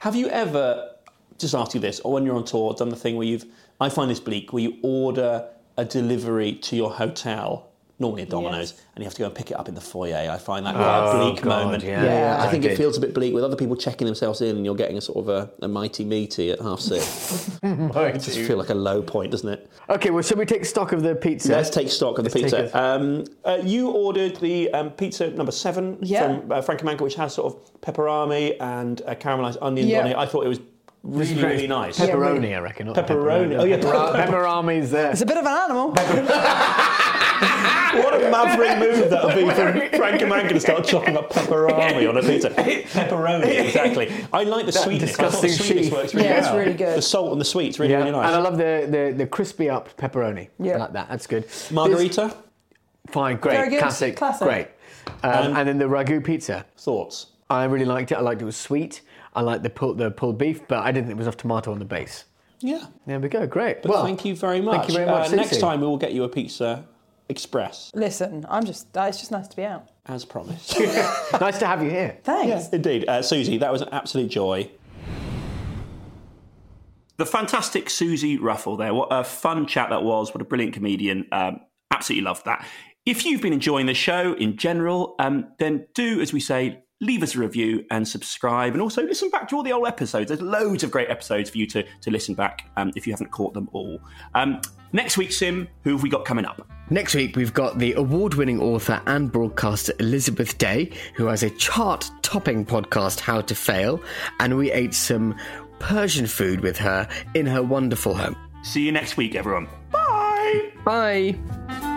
[SPEAKER 1] Have you ever, just ask you this, or when you're on tour, done the thing where you've, I find this bleak, where you order a delivery to your hotel, normally at Domino's, and you have to go and pick it up in the foyer. I find that quite a bleak
[SPEAKER 3] Oh, God,
[SPEAKER 1] moment.
[SPEAKER 3] yeah, Yeah.
[SPEAKER 1] I
[SPEAKER 3] I
[SPEAKER 1] think it
[SPEAKER 3] did.
[SPEAKER 1] feels a bit bleak with other people checking themselves in and you're getting a sort of a, a mighty meaty at half (laughs) six. it just feel like a low point, doesn't it?
[SPEAKER 3] Okay. Well, should we take stock of the pizza?
[SPEAKER 1] Let's take stock of the
[SPEAKER 3] Let's take
[SPEAKER 1] pizza. Um, uh, you ordered the um, pizza number seven
[SPEAKER 4] Yeah.
[SPEAKER 1] from uh, Francomanca, which has sort of pepperami and uh, caramelized onions
[SPEAKER 4] Yeah.
[SPEAKER 1] on it. I thought it was really, really, nice.
[SPEAKER 3] Pepperoni, I reckon. not
[SPEAKER 1] Pepperoni. Oh, yeah,
[SPEAKER 3] Pepperoni.
[SPEAKER 1] pepper-
[SPEAKER 3] Pepperoni's there.
[SPEAKER 4] It's a bit of an animal. (laughs)
[SPEAKER 1] what a maverick move that would be for Francomanca to start chopping up pepperami on
[SPEAKER 6] (laughs)
[SPEAKER 1] a pizza. Pepperoni, exactly. I like the sweetness. I thought the sweetness
[SPEAKER 3] disgusting sheath.
[SPEAKER 1] works really
[SPEAKER 4] Yeah, it's
[SPEAKER 1] well.
[SPEAKER 4] really good.
[SPEAKER 1] The salt and the sweet's really,
[SPEAKER 3] Yeah,
[SPEAKER 1] really nice.
[SPEAKER 3] and I love the, the, the crispy up pepperoni.
[SPEAKER 4] Yeah.
[SPEAKER 3] I like that. That's good.
[SPEAKER 1] Margarita,
[SPEAKER 3] This- fine, great,
[SPEAKER 4] Very good.
[SPEAKER 3] classic,
[SPEAKER 4] Classic.
[SPEAKER 3] great. Um, and then the ragu pizza.
[SPEAKER 1] thoughts?
[SPEAKER 3] I really liked it. I liked it was sweet. I liked the pulled the pulled beef, but I didn't think it was enough tomato on the base.
[SPEAKER 6] Yeah.
[SPEAKER 7] There we go. Great.
[SPEAKER 6] But
[SPEAKER 7] well,
[SPEAKER 6] thank you very much.
[SPEAKER 7] Thank you very much.
[SPEAKER 6] Uh, next
[SPEAKER 7] Susie.
[SPEAKER 6] time we will get you a pizza express,
[SPEAKER 4] Listen, I'm just. uh, It's just nice to be out.
[SPEAKER 6] as
[SPEAKER 1] (laughs)
[SPEAKER 6] promised.
[SPEAKER 7] nice to have you here.
[SPEAKER 4] Thanks.
[SPEAKER 6] Indeed, uh, Susie, that was an absolute joy.
[SPEAKER 1] The fantastic Susie Ruffle there. What a fun chat that was. What a brilliant comedian. Um, absolutely loved that. If you've been enjoying the show in general, um, then do, as we say, leave us a review and subscribe. And also listen back to all the old episodes. There's loads of great episodes for you to, to listen back um, if you haven't caught them all. Um, next week, Sim, who have we got coming up?
[SPEAKER 3] Next week, we've got the award winning author and broadcaster Elizabeth Day, who has a chart topping podcast, How to Fail, and we ate some Persian food with her in her wonderful home.
[SPEAKER 1] See you next week, everyone. Bye.
[SPEAKER 3] Bye.